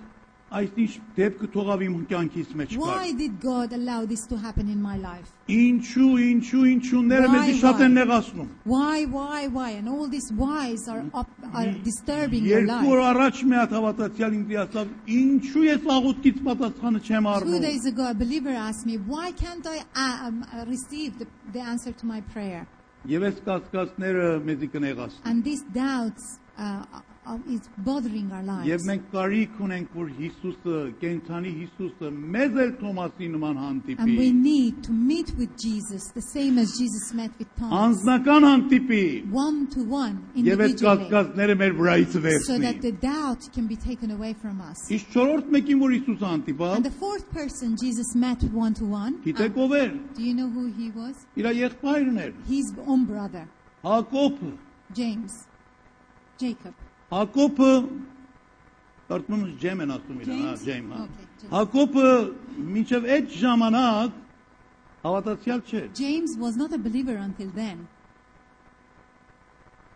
Speaker 1: այս ինչ դեպքը թողավ իմ կյանքից մեջ կար։
Speaker 2: Why did God allow this to happen in my life?
Speaker 1: Ինչու, ինչու, ինչուները
Speaker 2: Why,
Speaker 1: մեզ շատ են
Speaker 2: why?
Speaker 1: նեղացնում։
Speaker 2: Why, why, why? And all these whys are, up, are disturbing your
Speaker 1: Երկու օր
Speaker 2: life.
Speaker 1: առաջ մի հատ հավատացյալ ինձ ասավ, ինչու ես աղոթքից պատասխանը չեմ
Speaker 2: Two
Speaker 1: առնում։
Speaker 2: days ago, a believer asked me, Why can't I uh, um, uh, receive the, the answer to my prayer?
Speaker 1: Եվ այս կասկածները մեզի կնեղացնեն։
Speaker 2: And these doubts uh, uh, is bothering our
Speaker 1: Եվ
Speaker 2: lives.
Speaker 1: մենք կարիք ունենք, որ Հիսուսը, կենթանի Հիսուսը մեզ էլ Թոմասի նման
Speaker 2: And
Speaker 1: հանդիպի։
Speaker 2: we need to meet with Jesus the same as Jesus met with Thomas,
Speaker 1: Անձնական հանդիպի։
Speaker 2: one to one,
Speaker 1: Եվ այդ
Speaker 2: individually,
Speaker 1: կասկածները մեր վրայից
Speaker 2: so
Speaker 1: վերցնի։
Speaker 2: that the doubt can be taken away from us.
Speaker 1: Իսկ չորրորդ մեկին, որ Հիսուսը հանդիպավ,
Speaker 2: And the fourth person Jesus met one to one,
Speaker 1: գիտեք ով էր։
Speaker 2: do you know who he was?
Speaker 1: Իր եղբայրն էր,
Speaker 2: His own brother,
Speaker 1: Հակոբը։
Speaker 2: James, Jacob.
Speaker 1: Ah, Հակոբը կարծում եմ Ջեմ են ասում իրան, հա,
Speaker 2: Ջեյմս,
Speaker 1: Ջեմ, հա։
Speaker 2: օքեյ, Ջեյմս։
Speaker 1: Հակոբը մինչև այդ ժամանակ հավատացյալ չէր։
Speaker 2: James was not a believer until then.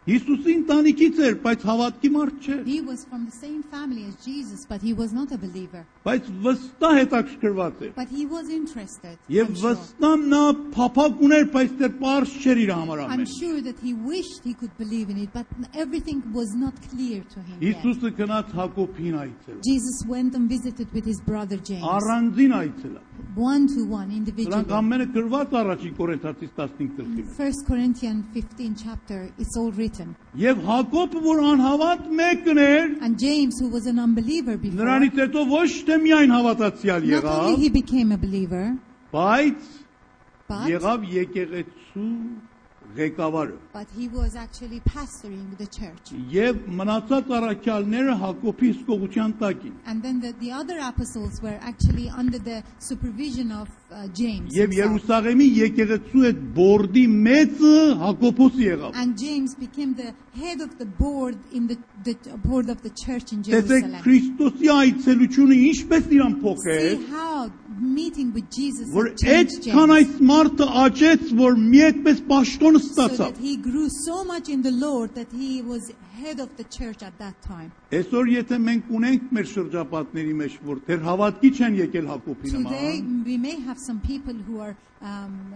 Speaker 1: Հիսուսի ընտանիքից էր, բայց հավատքի մարդ չէր։
Speaker 2: He was from the same family as Jesus, but he was not a believer.
Speaker 1: Բայց վստահ հետաքրքրված էր։
Speaker 2: But he was interested.
Speaker 1: Եվ
Speaker 2: I'm sure.
Speaker 1: վստահ նա փափակ ուներ, բայց դեռ པարզ չէր իր համար
Speaker 2: I'm
Speaker 1: ամեն։
Speaker 2: sure that he wished he could believe in it, but everything was not clear to him. yet.
Speaker 1: Հիսուսը գնաց Հակոբին այցելել։
Speaker 2: Jesus went and visited with his brother James,
Speaker 1: Առանձին այցելել։
Speaker 2: one to one
Speaker 1: Նրանք
Speaker 2: individually.
Speaker 1: ամենը գրված առաջին Կորինթացի 15 գլխի մեջ։
Speaker 2: 1 Corinthians 15 chapter, it's all written.
Speaker 1: Եվ Հակոբը, որ անհավատ մեկն էր,
Speaker 2: And James, who was an unbeliever before,
Speaker 1: Նրանից հետո ոչ թե միայն հավատացյալ
Speaker 2: not only
Speaker 1: եղավ,
Speaker 2: he became a believer,
Speaker 1: բայց
Speaker 2: but,
Speaker 1: եղավ եկեղեցու ղեկավարը։
Speaker 2: but he was actually pastoring the church.
Speaker 1: Եվ մնացած առաքյալները Հակոբի սկողության տակին։
Speaker 2: And then the, the other apostles were actually under the supervision of uh, James.
Speaker 1: Եվ
Speaker 2: himself.
Speaker 1: Երուսաղեմի եկեղեցու այդ բորդի մեծը Հակոբոս եղավ։
Speaker 2: And James became the head of the board in the, the board of the church in
Speaker 1: Տեսեք
Speaker 2: Jerusalem.
Speaker 1: Քրիստոսի այցելությունը ինչպես իրան փոխեց,
Speaker 2: See how meeting with Jesus
Speaker 1: որ
Speaker 2: had changed
Speaker 1: այդքան
Speaker 2: James,
Speaker 1: այս մարդը աճեց, որ մի այդպես պաշտոն
Speaker 2: so that
Speaker 1: ստացավ։
Speaker 2: he grew so much in the Lord that he was head of the church at that time.
Speaker 1: Այսօր եթե մենք ունենք մեր շրջապատների մեջ, որ դեռ հավատքի չեն եկել Հակոբի
Speaker 2: Today
Speaker 1: նման,
Speaker 2: we may have some people who are um,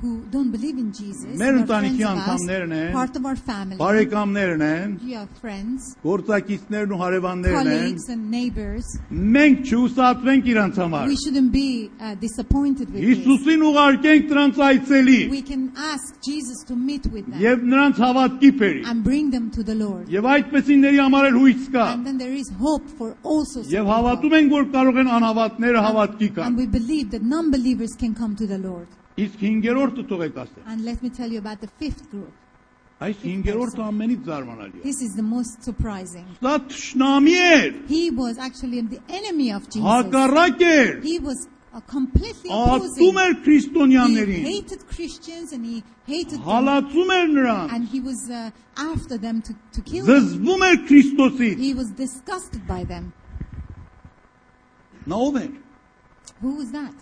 Speaker 2: who don't believe in
Speaker 1: Մեր
Speaker 2: Jesus. who are friends
Speaker 1: ընտանիքի
Speaker 2: of us,
Speaker 1: անդամներն են,
Speaker 2: Part of our family.
Speaker 1: բարեկամներն են,
Speaker 2: Your friends,
Speaker 1: գործակիցներն ու հարևաններն են,
Speaker 2: colleagues and neighbors.
Speaker 1: մենք չուսատվենք իրանց համար։
Speaker 2: We shouldn't be uh, disappointed with this.
Speaker 1: Հիսուսին ուղարկենք նրանց այցելի
Speaker 2: We can ask Jesus to meet with them.
Speaker 1: եւ նրանց հավատքի բերի։
Speaker 2: and bring them to the Lord.
Speaker 1: Եվ այդպեսիների համար էլ հույս կա։
Speaker 2: And then there is hope for also some
Speaker 1: Եվ
Speaker 2: people.
Speaker 1: հավատում ենք, որ կարող են անհավատները հավատքի
Speaker 2: And
Speaker 1: կան։
Speaker 2: we believe that non-believers can come to the Lord.
Speaker 1: Իսկ 5-րդը թողեք ասեմ։
Speaker 2: And let me tell you about the fifth group.
Speaker 1: Այս 5-րդը ամենից զարմանալի է։
Speaker 2: This is the most surprising.
Speaker 1: Սա ճշնամի էր,
Speaker 2: He was actually the enemy of Jesus.
Speaker 1: հակառակ էր,
Speaker 2: He was uh, completely
Speaker 1: ատում
Speaker 2: opposing.
Speaker 1: էր
Speaker 2: He
Speaker 1: քրիստոնյաներին,
Speaker 2: hated Christians and he hated them.
Speaker 1: հալածում էր նրան,
Speaker 2: And he was uh, after them to, to kill them.
Speaker 1: զզվում էր Քրիստոսից։
Speaker 2: He was disgusted by them.
Speaker 1: Նա ով էր,
Speaker 2: Who was that?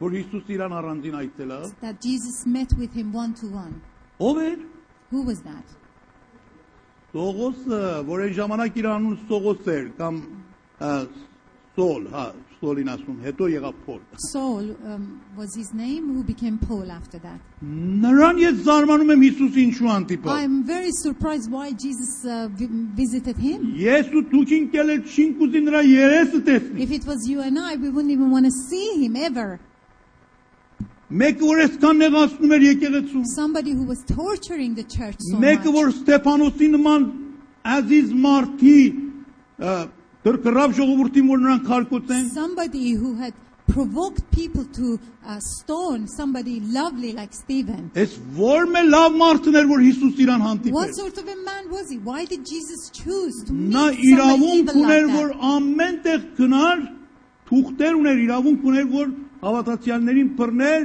Speaker 1: որ Հիսուս իրան առանձին այցելա։
Speaker 2: That Jesus met with him one to one.
Speaker 1: Ով էր։
Speaker 2: Who was that?
Speaker 1: Սողոսը, որ այն ժամանակ իր անուն Սողոս էր կամ ա, Սոլ, հա, Սոլին ասում, հետո եղավ Փոլ։
Speaker 2: Saul um, was his name, who became Paul after that.
Speaker 1: Նրան ես զարմանում եմ Հիսուս ինչու անտիպա։
Speaker 2: I'm very surprised why Jesus uh, vi- visited him.
Speaker 1: Ես ու դուքին կելել չին կուզի նրա երեսը տեսնի։
Speaker 2: If it was you and I, we wouldn't even want to see him ever.
Speaker 1: Մեկը որ այսքան նեղացնում էր եկեղեցում,
Speaker 2: Somebody who was torturing the church so
Speaker 1: Մեկը
Speaker 2: much.
Speaker 1: որ Ստեփանոսի նման ազիզ մարդի ը, դրկռավ ժողովրդին որ նրան քարկոտեն
Speaker 2: Somebody who had provoked people to uh, stone somebody lovely like Stephen.
Speaker 1: այս ո՞րմ է լավ մարդն էր որ Հիսուս իրան
Speaker 2: What
Speaker 1: հանդիպեց
Speaker 2: sort of a man was he? Why did Jesus choose to meet
Speaker 1: նա
Speaker 2: somebody
Speaker 1: իրավունք
Speaker 2: evil
Speaker 1: ուներ
Speaker 2: like that?
Speaker 1: որ ամեն տեղ գնար թուղթեր ուներ իրավունք ուներ որ հավատացյալներին բռներ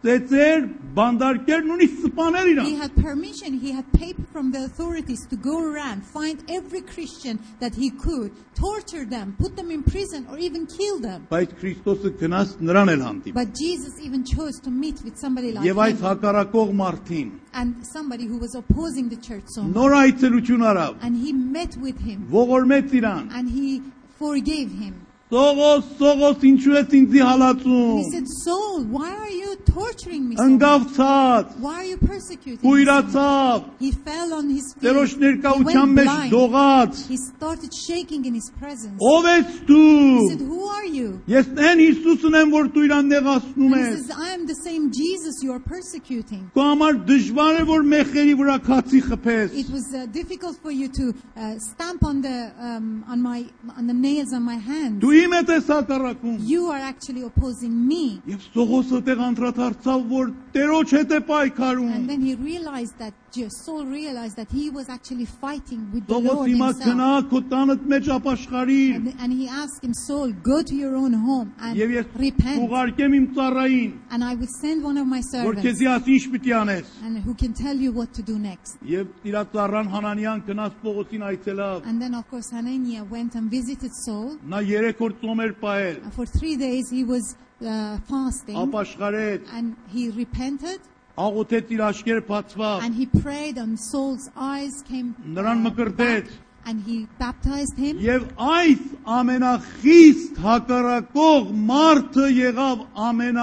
Speaker 1: ծեծեր բանդարկեր նույնիսկ սպաներ իրան
Speaker 2: He had permission, he had paper from the authorities to go around, find every Christian that he could, torture them, put them in prison, or even kill them.
Speaker 1: բայց Քրիստոսը գնաց նրան էլ հանդիպ
Speaker 2: But Jesus even chose to meet with somebody like
Speaker 1: եւ այս
Speaker 2: him
Speaker 1: հակարակող մարդին
Speaker 2: and somebody who was opposing the church so much.
Speaker 1: նոր այցելություն արավ
Speaker 2: And he met with him
Speaker 1: ողորմեց իրան
Speaker 2: and he forgave him.
Speaker 1: Սողոս, Սողոս, ինչու ես ինձի
Speaker 2: He
Speaker 1: հալածում։
Speaker 2: said, Saul, why are you torturing me? so much?
Speaker 1: Ընկավցած,
Speaker 2: Why are you persecuting me? so much?"
Speaker 1: քույրացավ,
Speaker 2: He fell on his feet.
Speaker 1: Տերոջ
Speaker 2: He
Speaker 1: ներկայության
Speaker 2: went
Speaker 1: մեջ
Speaker 2: blind.
Speaker 1: դողած։
Speaker 2: He started shaking in his presence.
Speaker 1: Ո՞վ ես
Speaker 2: He said,
Speaker 1: դու։
Speaker 2: Who are you?
Speaker 1: Ես այն Հիսուսն եմ, որ դու իրան նեղացնում
Speaker 2: And he
Speaker 1: ես։
Speaker 2: says, I am the same Jesus you are persecuting.
Speaker 1: Քո համար դժվար է որ մեխերի վրա քացի խփես։
Speaker 2: It was uh, difficult for you to uh, stamp on the um, on my on the nails on my hands.
Speaker 1: Դու իմ հետ ես հակառակում։
Speaker 2: You are actually opposing me.
Speaker 1: Եվ Սողոսը տեղ անդրադարձավ, որ Տերոջ հետ է պայքարում։
Speaker 2: And then he realized that Je- Saul realized that he was actually fighting with the
Speaker 1: Սողոս
Speaker 2: Lord
Speaker 1: հիմա
Speaker 2: himself.
Speaker 1: քնա քո տանդ մեջ ապաշխարիր։
Speaker 2: And, and he asked him, Saul, go to your own home and
Speaker 1: Եվ ես
Speaker 2: repent.
Speaker 1: ուղարկեմ իմ ծառային,
Speaker 2: And I will send one of my
Speaker 1: որ
Speaker 2: servants
Speaker 1: քեզի ասի ինչ պիտի անես։
Speaker 2: and who can tell you what to do next.
Speaker 1: Եվ իր ծառան Հանանիան գնաց Պողոսին այցելավ։
Speaker 2: And then, of course, Hanania went and visited Saul.
Speaker 1: Նա 3 օր ծոմ էր պահել,
Speaker 2: And for three days, he was uh, fasting
Speaker 1: ապաշխարեց,
Speaker 2: and he repented
Speaker 1: աղոթեց իր աշկերը բացվավ։
Speaker 2: and he prayed. And Saul's eyes came uh,
Speaker 1: Նրան
Speaker 2: back,
Speaker 1: մկրտեց
Speaker 2: and he baptized him.
Speaker 1: Եվ այս ամենախիստ հակառակող մարդը եղավ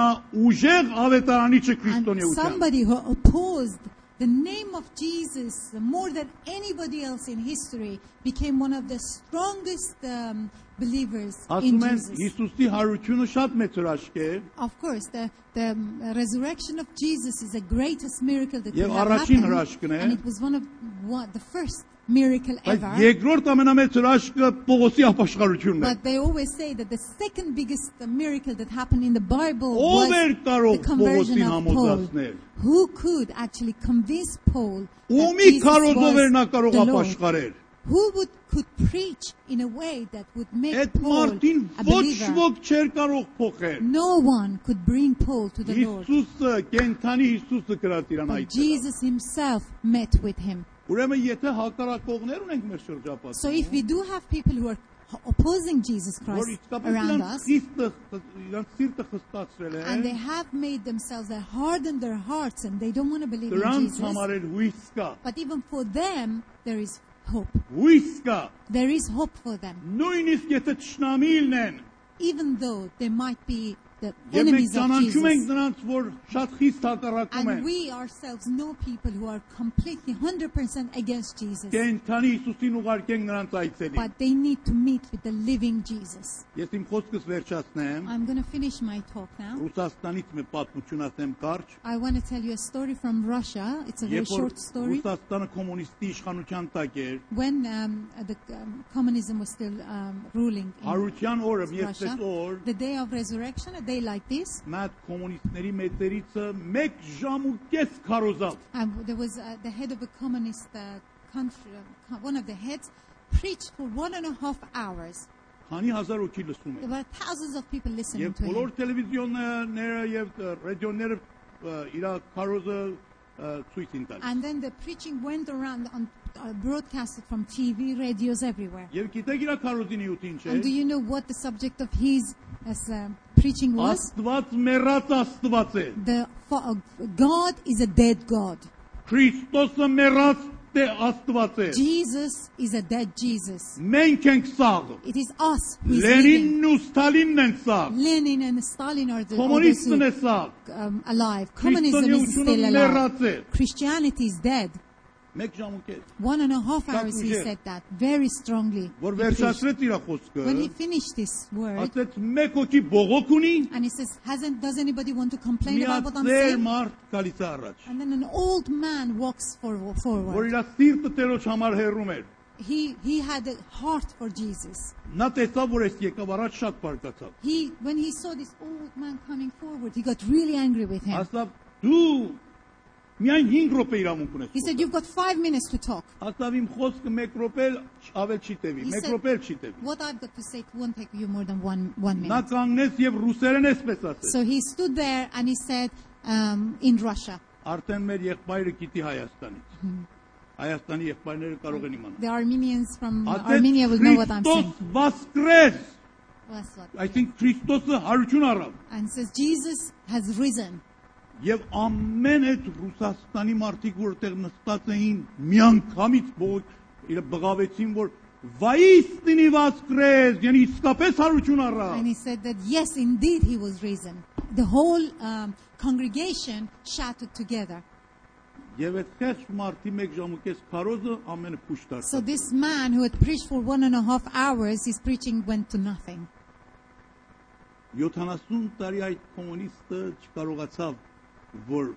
Speaker 1: ամենաուժեղ ավետարանիչը
Speaker 2: And
Speaker 1: քրիստոնեության։
Speaker 2: somebody who opposed the name of Jesus more than anybody else in history became one of the strongest um, believers in
Speaker 1: Ասում են
Speaker 2: Jesus.
Speaker 1: Հիսուսի հարությունը շատ մեծ հրաշք է
Speaker 2: Of course, the, the um, resurrection of Jesus is the greatest miracle that
Speaker 1: Եվ
Speaker 2: could have
Speaker 1: առաջին
Speaker 2: happened,
Speaker 1: հրաշքն է։
Speaker 2: and it was one of one, the first miracle
Speaker 1: բայց
Speaker 2: ever.
Speaker 1: երկրորդ ամենամեծ հրաշքը Պողոսի ապաշխարությունն է
Speaker 2: But they always say that the second biggest miracle that happened in the Bible
Speaker 1: Ո՞վ էր
Speaker 2: was
Speaker 1: կարող
Speaker 2: the conversion
Speaker 1: Պողոսին
Speaker 2: of
Speaker 1: համոզացնել։
Speaker 2: Paul. Who could actually convince Paul that
Speaker 1: Ումի
Speaker 2: Jesus
Speaker 1: քարոզով էր նա
Speaker 2: was
Speaker 1: կարող
Speaker 2: the Lord?
Speaker 1: ապաշխարել
Speaker 2: Who would could preach in a way that would make
Speaker 1: Այդ
Speaker 2: Paul
Speaker 1: մարդին
Speaker 2: a
Speaker 1: ոչ
Speaker 2: believer?
Speaker 1: ոք չէր կարող փոխել
Speaker 2: No one could bring Paul to the Lord.
Speaker 1: Հիսուսը կենթանի Հիսուսը գրած իրան
Speaker 2: But
Speaker 1: այդ
Speaker 2: Jesus himself met with him.
Speaker 1: Ուրեմն եթե հակառակողներ ունենք մեր շրջապատում
Speaker 2: So if we do have people who are h- opposing Jesus
Speaker 1: որ
Speaker 2: Christ
Speaker 1: իսկապես
Speaker 2: around
Speaker 1: իրանք
Speaker 2: us,
Speaker 1: քիստը իրանք սիրտը խստացրել
Speaker 2: and they
Speaker 1: է
Speaker 2: have made themselves, they hardened their hearts, and they don't want to believe in
Speaker 1: դրանց
Speaker 2: Jesus.
Speaker 1: համար էլ հույս կա
Speaker 2: But even for them, there is hope.
Speaker 1: հույս կա
Speaker 2: There is hope for them,
Speaker 1: նույնիսկ եթե ճշնամիլն են
Speaker 2: even though they might be the
Speaker 1: եւ մենք
Speaker 2: enemies of
Speaker 1: ճանաչում ենք
Speaker 2: Jesus.
Speaker 1: նրանց որ շատ խիստ հակառակում
Speaker 2: And
Speaker 1: են
Speaker 2: we ourselves know people who are completely 100% against Jesus.
Speaker 1: կենթանի Հիսուսին ուղարկենք նրանց այցելի
Speaker 2: But they need to meet with the living Jesus.
Speaker 1: ես իմ խոսքս վերջացնեմ
Speaker 2: I'm going to finish my talk now.
Speaker 1: Ռուսաստանից մի պատմություն ասեմ կարճ
Speaker 2: I want to tell you a story from Russia. It's a very
Speaker 1: երբ որ
Speaker 2: short story.
Speaker 1: Ռուսաստանը կոմունիստի իշխանության տակ էր
Speaker 2: When um, the um, communism was still um, ruling in
Speaker 1: հարության օրը ես
Speaker 2: Russia,
Speaker 1: ես օր
Speaker 2: the day of resurrection, a day like this,
Speaker 1: նա կոմունիստների մեծերիցը 1 ժամ ու կես քարոզավ
Speaker 2: And there was uh, the head of a communist uh, country, uh, co- one of the heads, preached for one and a half hours.
Speaker 1: Քանի հազար օքի լսում
Speaker 2: There
Speaker 1: են։
Speaker 2: were thousands of people listening
Speaker 1: Եվ
Speaker 2: to
Speaker 1: բոլոր
Speaker 2: him.
Speaker 1: տելևիզիոնները եւ ը, ռադիոները ը, իր կարոզը ը, ցույց են տալիս։
Speaker 2: And then the preaching went around on uh, broadcasted from TV, radios everywhere.
Speaker 1: Եվ գիտեք իր կարոզի նյութին չէ։
Speaker 2: And do you know what the subject of his as, uh, preaching was?
Speaker 1: Աստված մեռած Աստված է։
Speaker 2: The for, uh, God is a dead God.
Speaker 1: Քրիստոսը մեռած դե Աստված է։
Speaker 2: Jesus is a dead Jesus.
Speaker 1: Մենք ենք սաղ։
Speaker 2: It is us who is living.
Speaker 1: Լենինն ու Ստալինն են սաղ։
Speaker 2: Lenin and Stalin are the are those who-
Speaker 1: Կոմունիստն է սաղ։
Speaker 2: um, alive. Communism is
Speaker 1: Քրիստոնեությունը
Speaker 2: still alive.
Speaker 1: մեռած է։
Speaker 2: Christianity is dead.
Speaker 1: 1 ժամ ու կես։
Speaker 2: One and a half
Speaker 1: That
Speaker 2: hours
Speaker 1: we
Speaker 2: he
Speaker 1: hear.
Speaker 2: said that very
Speaker 1: Որ
Speaker 2: strongly. He preached.
Speaker 1: վերջացրեց իր խոսքը։
Speaker 2: When he finished this word,
Speaker 1: Ասեց մեկ օքի բողոք ունի։
Speaker 2: and he says, "Hasn't does anybody want to complain about what I'm
Speaker 1: Միացեր
Speaker 2: saying?"
Speaker 1: մարդ գալիս է առաջ։
Speaker 2: And then an old man walks for,
Speaker 1: որ
Speaker 2: forward.
Speaker 1: իր սիրտը Տերոջ համար հերում էր։
Speaker 2: He he had a heart for Jesus.
Speaker 1: Նա տեսավ, որ ես եկավ առաջ շատ բարկացավ։
Speaker 2: He when he saw this old man coming forward, he got really angry with him.
Speaker 1: Ասավ՝ դու միայն 5 րոպե իրավունք
Speaker 2: He
Speaker 1: ունես։
Speaker 2: said, "You've got five minutes to talk."
Speaker 1: Ասավ իմ խոսքը 1 րոպել ավել չի տևի, 1
Speaker 2: He said-
Speaker 1: րոպել չի տևի։
Speaker 2: What I've got to say won't take you more than one one minute.
Speaker 1: Նա կանգնեց եւ ռուսերեն էսպես ասեց։
Speaker 2: So he stood there and he said, um, in Russia,
Speaker 1: Արդեն մեր եղբայրը գիտի Հայաստանից։ Հայաստանի եղբայրները կարող են իմանալ։
Speaker 2: the Armenians from Armenia will know what I'm saying.
Speaker 1: Քրիստոս վասկրես,
Speaker 2: That's what.
Speaker 1: այսինքն Քրիստոսը հարություն առավ։
Speaker 2: And says, Jesus has risen.
Speaker 1: Եվ ամեն այդ Ռուսաստանի մարդիկ, որտեղ նստած էին, միանգամից բողոք- իր բղավեցին, որ Վայիստնի վասկրես, yani իսկապես հարություն առա։
Speaker 2: And he said that yes, indeed, he was risen. The whole um, congregation shouted together.
Speaker 1: Եվ այդ քեշ մարտի 1 ժամուկես քարոզը ամենը փուշտ արավ։
Speaker 2: So this man who had preached for one and a half hours, his preaching went to nothing.
Speaker 1: 70 տարի այդ կոմունիստը չկարողացավ որ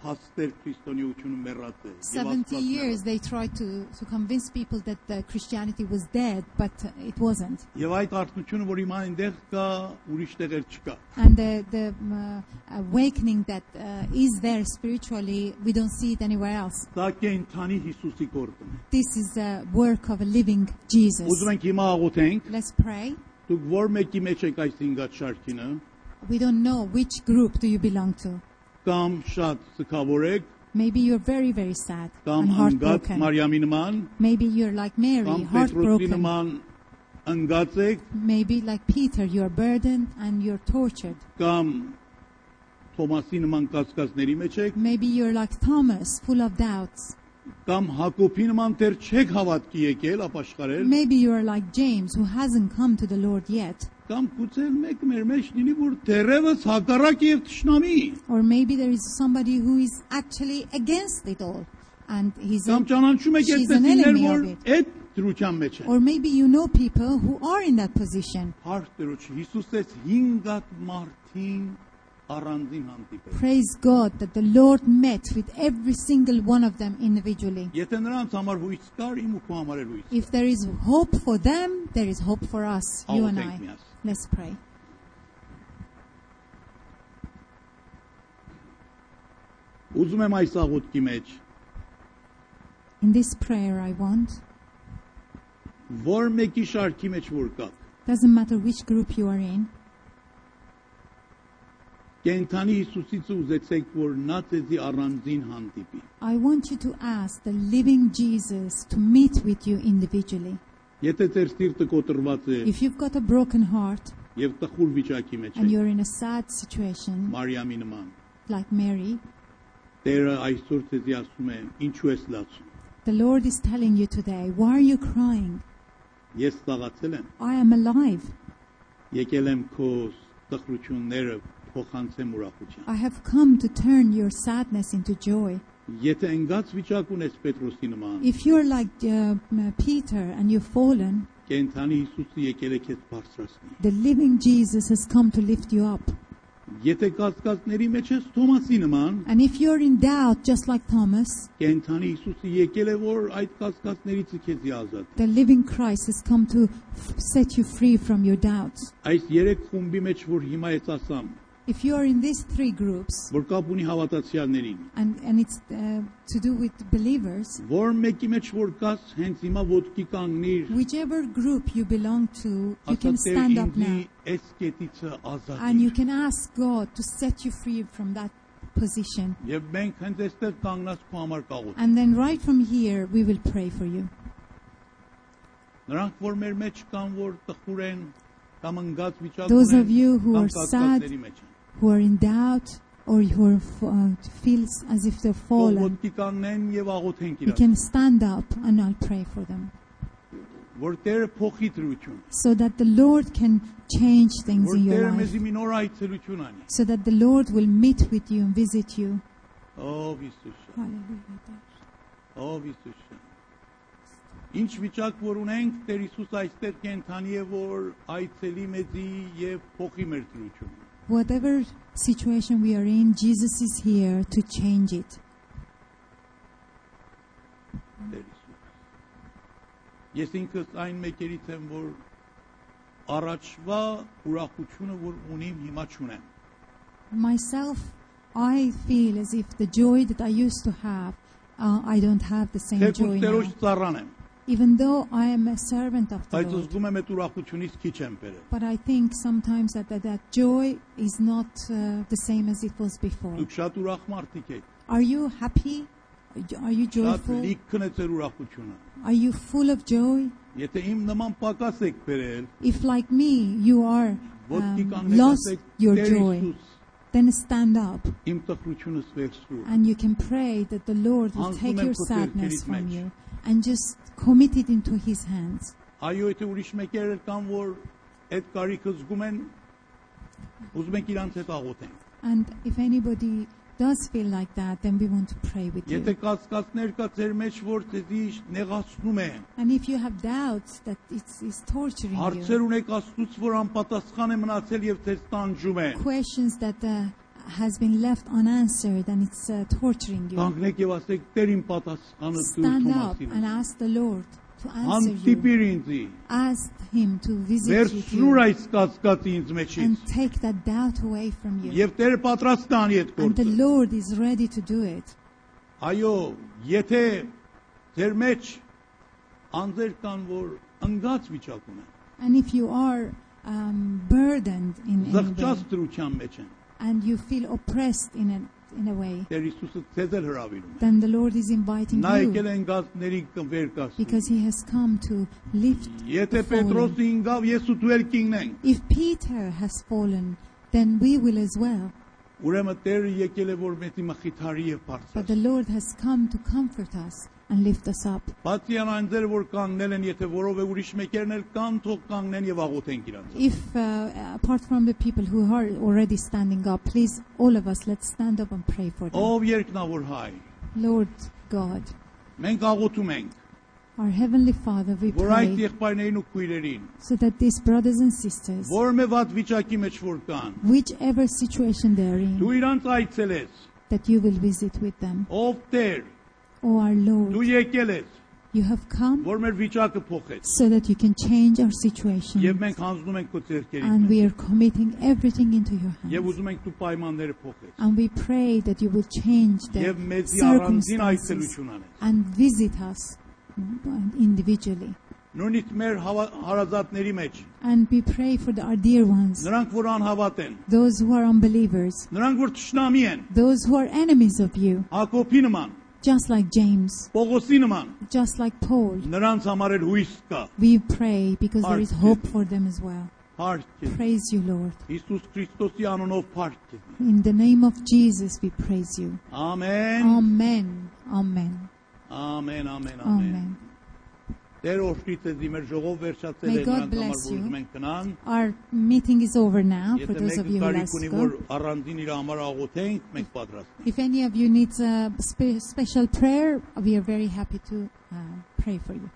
Speaker 1: փաստեր քրիստոնեությունը մեռած է։ եւ
Speaker 2: 70
Speaker 1: Աստված մեռած
Speaker 2: years they tried to, to convince people that uh, Christianity was dead, but uh, it wasn't.
Speaker 1: է։ Եվ այդ արդյունքը որ իմ այնտեղ կա, ուրիշ տեղեր չկա։
Speaker 2: And the, the um, uh, awakening that uh, is there spiritually, we don't see it anywhere else.
Speaker 1: Սա կենթանի Հիսուսի գործն է։
Speaker 2: This is a work of a living Jesus.
Speaker 1: Ուզում ենք հիմա աղոթենք,
Speaker 2: Let's pray.
Speaker 1: դուք որ մեկի մեջ եք այս 5-ած շարքինը,
Speaker 2: We don't know which group do you belong to.
Speaker 1: կամ շատ սկավոր եք,
Speaker 2: Maybe you're very, very sad and
Speaker 1: կամ անգած
Speaker 2: heartbroken.
Speaker 1: Մարիամի նման,
Speaker 2: Maybe you're like Mary,
Speaker 1: կամ Պետրոսի
Speaker 2: heartbroken.
Speaker 1: նման անգած եք,
Speaker 2: Maybe like Peter, you're burdened and you're tortured.
Speaker 1: կամ Թոմասի նման կասկածների մեջ եք,
Speaker 2: Maybe you're like Thomas, full of doubts.
Speaker 1: կամ Հակոբի նման դեռ չեք հավատքի եկել, ապաշխարել,
Speaker 2: Maybe you're like James, who hasn't come to the Lord yet.
Speaker 1: կամ գուցե մեկ մեր մեջ լինի, որ դերևս հակառակ եւ ճշնամի,
Speaker 2: Or maybe there is somebody who is actually against it all. And he's
Speaker 1: կամ ճանաչում եք
Speaker 2: She's an
Speaker 1: այդպեսիներ,
Speaker 2: enemy
Speaker 1: որ
Speaker 2: of it.
Speaker 1: այդ դրության մեջ են։
Speaker 2: Or maybe you know people who are in that position.
Speaker 1: Հարց դրուչ Հիսուսից 5-ատ մարդին առանձին հանդիպել։
Speaker 2: Praise God that the Lord met with every single one of them individually.
Speaker 1: Եթե նրանց համար հույս կար, իմ ու քո համար էր հույս։
Speaker 2: If there is hope for them, there is hope for us, you
Speaker 1: I'll
Speaker 2: and
Speaker 1: take
Speaker 2: I.
Speaker 1: me, yes.
Speaker 2: Let's pray.
Speaker 1: Ուզում եմ այս աղոթքի մեջ
Speaker 2: In this prayer, I want,
Speaker 1: որ մեկի շարքի մեջ որ կա
Speaker 2: doesn't matter which group you are in,
Speaker 1: կենթանի Հիսուսից ուզեցեք որ նա ձեզի առանձին հանդիպի
Speaker 2: I want you to ask the living Jesus to meet with you individually.
Speaker 1: եթե ձեր սիրտը կոտրված է
Speaker 2: If you've got a broken heart
Speaker 1: եւ տխուր վիճակի մեջ
Speaker 2: and
Speaker 1: եք
Speaker 2: you're in a sad situation,
Speaker 1: Մարիամի նման
Speaker 2: like Mary,
Speaker 1: Տերը այսօր ձեզի ասում է ինչու ես լացում
Speaker 2: the Lord is telling you today, why are you crying?
Speaker 1: ես ծաղացել եմ
Speaker 2: I am alive.
Speaker 1: եկել եմ քո տխրությունները փոխանցեմ ուրախության
Speaker 2: I have come to turn your sadness into joy.
Speaker 1: եթե ընկած վիճակ ունես Պետրոսի նման
Speaker 2: If you're like uh, m- Peter and you've fallen,
Speaker 1: կենթանի Հիսուսը եկել է քեզ բարձրացնի
Speaker 2: the living Jesus has come to lift you up.
Speaker 1: եթե կասկածների մեջ ես Թոմասի նման
Speaker 2: And if you're in doubt, just like Thomas,
Speaker 1: կենթանի Հիսուսը եկել է որ այդ կասկածներից քեզի ազատ
Speaker 2: the living Christ has come to f- set you free from your doubts.
Speaker 1: Այս երեք խումբի մեջ որ հիմա ես ասամ,
Speaker 2: If you are in these three groups,
Speaker 1: որ կապ ունի հավատացյալներին,
Speaker 2: and, and it's uh, to do with believers,
Speaker 1: որ մեկի մեջ որ կաս հենց հիմա ոդկի կանգնիր,
Speaker 2: whichever group you belong to, you can
Speaker 1: ասած
Speaker 2: stand up
Speaker 1: «Դե ինձի
Speaker 2: now
Speaker 1: այս կետիցը
Speaker 2: and you
Speaker 1: ազատիր։
Speaker 2: can ask God to set you free from that position.
Speaker 1: Եվ մենք հենց այստեղ կանգնած քո համար կաղոտ։
Speaker 2: And then right from here, we will pray for you.
Speaker 1: Նրանք որ մեր մեջ կան, որ տխուր են, կամ ընկած վիճակ
Speaker 2: Those of
Speaker 1: ունեն,
Speaker 2: you who
Speaker 1: կամ
Speaker 2: are sad,
Speaker 1: կասկածների մեջ են։
Speaker 2: who are in doubt or who are, f- uh, feels as if they're
Speaker 1: Որ
Speaker 2: fallen,
Speaker 1: ոդկի կանգնեն եւ աղոթենք
Speaker 2: you
Speaker 1: իրար,
Speaker 2: can stand up and I'll pray for them.
Speaker 1: որ Տերը փոխի դրություն,
Speaker 2: So that the Lord can change things
Speaker 1: որ
Speaker 2: in your
Speaker 1: Տերը
Speaker 2: life.
Speaker 1: մեզի մի նոր այցելություն անի։
Speaker 2: So that the Lord will meet with you and visit you.
Speaker 1: Ով Հիսուս։
Speaker 2: Hallelujah.
Speaker 1: Ով Հիսուս։ Ինչ վիճակ որ ունենք, Տեր Հիսուս այստեղ կենթանի է, որ այցելի մեզի եւ փոխի մեր դրությունը։
Speaker 2: Whatever situation we are in, Jesus is here to change it.
Speaker 1: Տեր Հիսուս։ Ես ինքս այն մեկերից եմ, որ առաջվա ուրախությունը որ ունիմ, հիմա չունեմ։
Speaker 2: Myself, I feel as if the joy that I used to have, uh, I don't have the same
Speaker 1: Թեկուզ
Speaker 2: joy now.
Speaker 1: Տերոջ ծառան եմ,
Speaker 2: Even though I am a servant of the
Speaker 1: բայց
Speaker 2: Lord.
Speaker 1: զգում եմ այդ ուրախությունից քիչ եմ բերել։
Speaker 2: But I think sometimes that that, that joy is not uh, the same as it was before.
Speaker 1: Դուք շատ ուրախ մարդիկ եք։
Speaker 2: Are you happy? Are you
Speaker 1: Շատ
Speaker 2: joyful?
Speaker 1: լիքն է ձեր ուրախությունը։
Speaker 2: Are you full of joy?
Speaker 1: Եթե իմ նման պակաս եք բերել,
Speaker 2: If, like me, you are
Speaker 1: ոդկի
Speaker 2: um,
Speaker 1: կանգնած
Speaker 2: lost
Speaker 1: եք
Speaker 2: your
Speaker 1: Տեր
Speaker 2: joy,
Speaker 1: Հիսուս
Speaker 2: then stand up
Speaker 1: Իմ տխրությունս վերցրու։
Speaker 2: and you can pray that the Lord will
Speaker 1: Հանձնում
Speaker 2: take
Speaker 1: եմ
Speaker 2: your
Speaker 1: քո սրտերից
Speaker 2: sadness from
Speaker 1: մեջ։
Speaker 2: you and just commit it into His hands.
Speaker 1: Այո, եթե ուրիշ մեկեր էլ կան, որ այդ կարիքը զգում են, ուզում են իրանց հետ աղոթեն։
Speaker 2: And if anybody does feel like that, then we want to pray with
Speaker 1: Եթե
Speaker 2: you.
Speaker 1: կասկածներ կա ձեր մեջ, որ դեզի նեղացնում է,
Speaker 2: And if you have doubts that it's, it's torturing you,
Speaker 1: հարցեր ունեք Աստծուց, որ անպատասխան է մնացել եւ ձեզ տանջում է,
Speaker 2: questions that uh, has been left unanswered and it's uh, torturing you,
Speaker 1: կանգնեք եւ ասեք՝ Տեր իմ պատասխանը
Speaker 2: stand up and
Speaker 1: ցույց
Speaker 2: ask the Lord to answer you.
Speaker 1: Անտիպիր ինձի։
Speaker 2: Ask Him to visit you
Speaker 1: Վերցրուր
Speaker 2: too
Speaker 1: այս կասկածը ինձ
Speaker 2: and
Speaker 1: մեջից։
Speaker 2: take that doubt away from you.
Speaker 1: Եվ Տերը պատրաստ է անի այդ
Speaker 2: And the
Speaker 1: գործը։
Speaker 2: Lord is ready to do it.
Speaker 1: Այո, եթե ձեր մեջ անձեր կան, որ ընկած վիճակում են,
Speaker 2: And if you are um, burdened in any way
Speaker 1: զղջած դրության մեջ են,
Speaker 2: and you feel oppressed in a, in a way,
Speaker 1: Տեր Հիսուսը ձեզ էլ հրավիրում է։
Speaker 2: then the Lord is inviting
Speaker 1: Նա
Speaker 2: you
Speaker 1: եկել է ընկածներին կվեր կասում։
Speaker 2: because He has come to lift
Speaker 1: Եթե
Speaker 2: the fallen.
Speaker 1: Պետրոսը ինգավ, ես ու դու էլ կինենք։
Speaker 2: If Peter has fallen, then we will as well.
Speaker 1: Ուրեմն Տերը եկել է, որ մեծի մխիթարի եւ
Speaker 2: But
Speaker 1: բարձր։
Speaker 2: the Lord has come to comfort us and lift us up.
Speaker 1: Բացի այն անձեր, որ կանգնել են, եթե որով է ուրիշ մեկերն էլ կան, թող կանգնեն եւ աղոթեն իրancs։
Speaker 2: If, uh, apart from the people who are already standing up, please, all of us, let's stand up and pray for them.
Speaker 1: Ով երկնավոր հայ,
Speaker 2: Lord God,
Speaker 1: մենք աղոթում ենք,
Speaker 2: our Heavenly Father, we
Speaker 1: որ այդ
Speaker 2: pray
Speaker 1: եղբայրներին ու քույրերին,
Speaker 2: so that these brothers and sisters,
Speaker 1: որմե ված վիճակի մեջ որ կան,
Speaker 2: whichever situation they're
Speaker 1: դու
Speaker 2: in,
Speaker 1: իրանց այցելես,
Speaker 2: that you will visit with them.
Speaker 1: ով Տեր,
Speaker 2: O our Lord,
Speaker 1: դու եկել ես,
Speaker 2: you have come
Speaker 1: որ մեր վիճակը փոխես,
Speaker 2: so that you can change our situation.
Speaker 1: եւ մենք հանձնում ենք քո ձեռքերին,
Speaker 2: And we are committing everything into your
Speaker 1: եւ
Speaker 2: hands.
Speaker 1: ուզում ենք դու պայմանները փոխես,
Speaker 2: And we pray that you will change the
Speaker 1: եւ մեզի առանձին
Speaker 2: circumstances
Speaker 1: այցելություն անես։
Speaker 2: and visit us individually.
Speaker 1: Նույնիսկ մեր հավա- հարազատների մեջ,
Speaker 2: And we pray for the, our dear ones,
Speaker 1: նրանք որ անհավատ են,
Speaker 2: those who are unbelievers,
Speaker 1: նրանք որ ճշնամի են,
Speaker 2: those who are enemies of you,
Speaker 1: Հակոբի նման,
Speaker 2: just like James,
Speaker 1: Պողոսի նման,
Speaker 2: just like Paul.
Speaker 1: նրանց համար էլ հույս կա։
Speaker 2: We pray because there is
Speaker 1: Heart.
Speaker 2: hope for them as well.
Speaker 1: Փառք է
Speaker 2: Praise you, Lord.
Speaker 1: Հիսուս Քրիստոսի անունով փառք է։
Speaker 2: In the name of Jesus, we praise you.
Speaker 1: Ամեն,
Speaker 2: Amen. Amen.
Speaker 1: ամեն, ամեն, ամեն։
Speaker 2: Amen.
Speaker 1: Տեր օրհնի ձեզ մեր ժողով վերջացել
Speaker 2: May
Speaker 1: է
Speaker 2: God
Speaker 1: նրանց համար
Speaker 2: bless
Speaker 1: որ
Speaker 2: you.
Speaker 1: ուզում են գնան։
Speaker 2: Our meeting is over now for
Speaker 1: Եթե
Speaker 2: those of
Speaker 1: մեկը
Speaker 2: you who
Speaker 1: կարիք
Speaker 2: last
Speaker 1: ունի
Speaker 2: go.
Speaker 1: որ առանձին իր համար աղոթենք, մենք պատրաստ ենք։
Speaker 2: If any of you needs a spe- special prayer, we are very happy to uh, pray for you.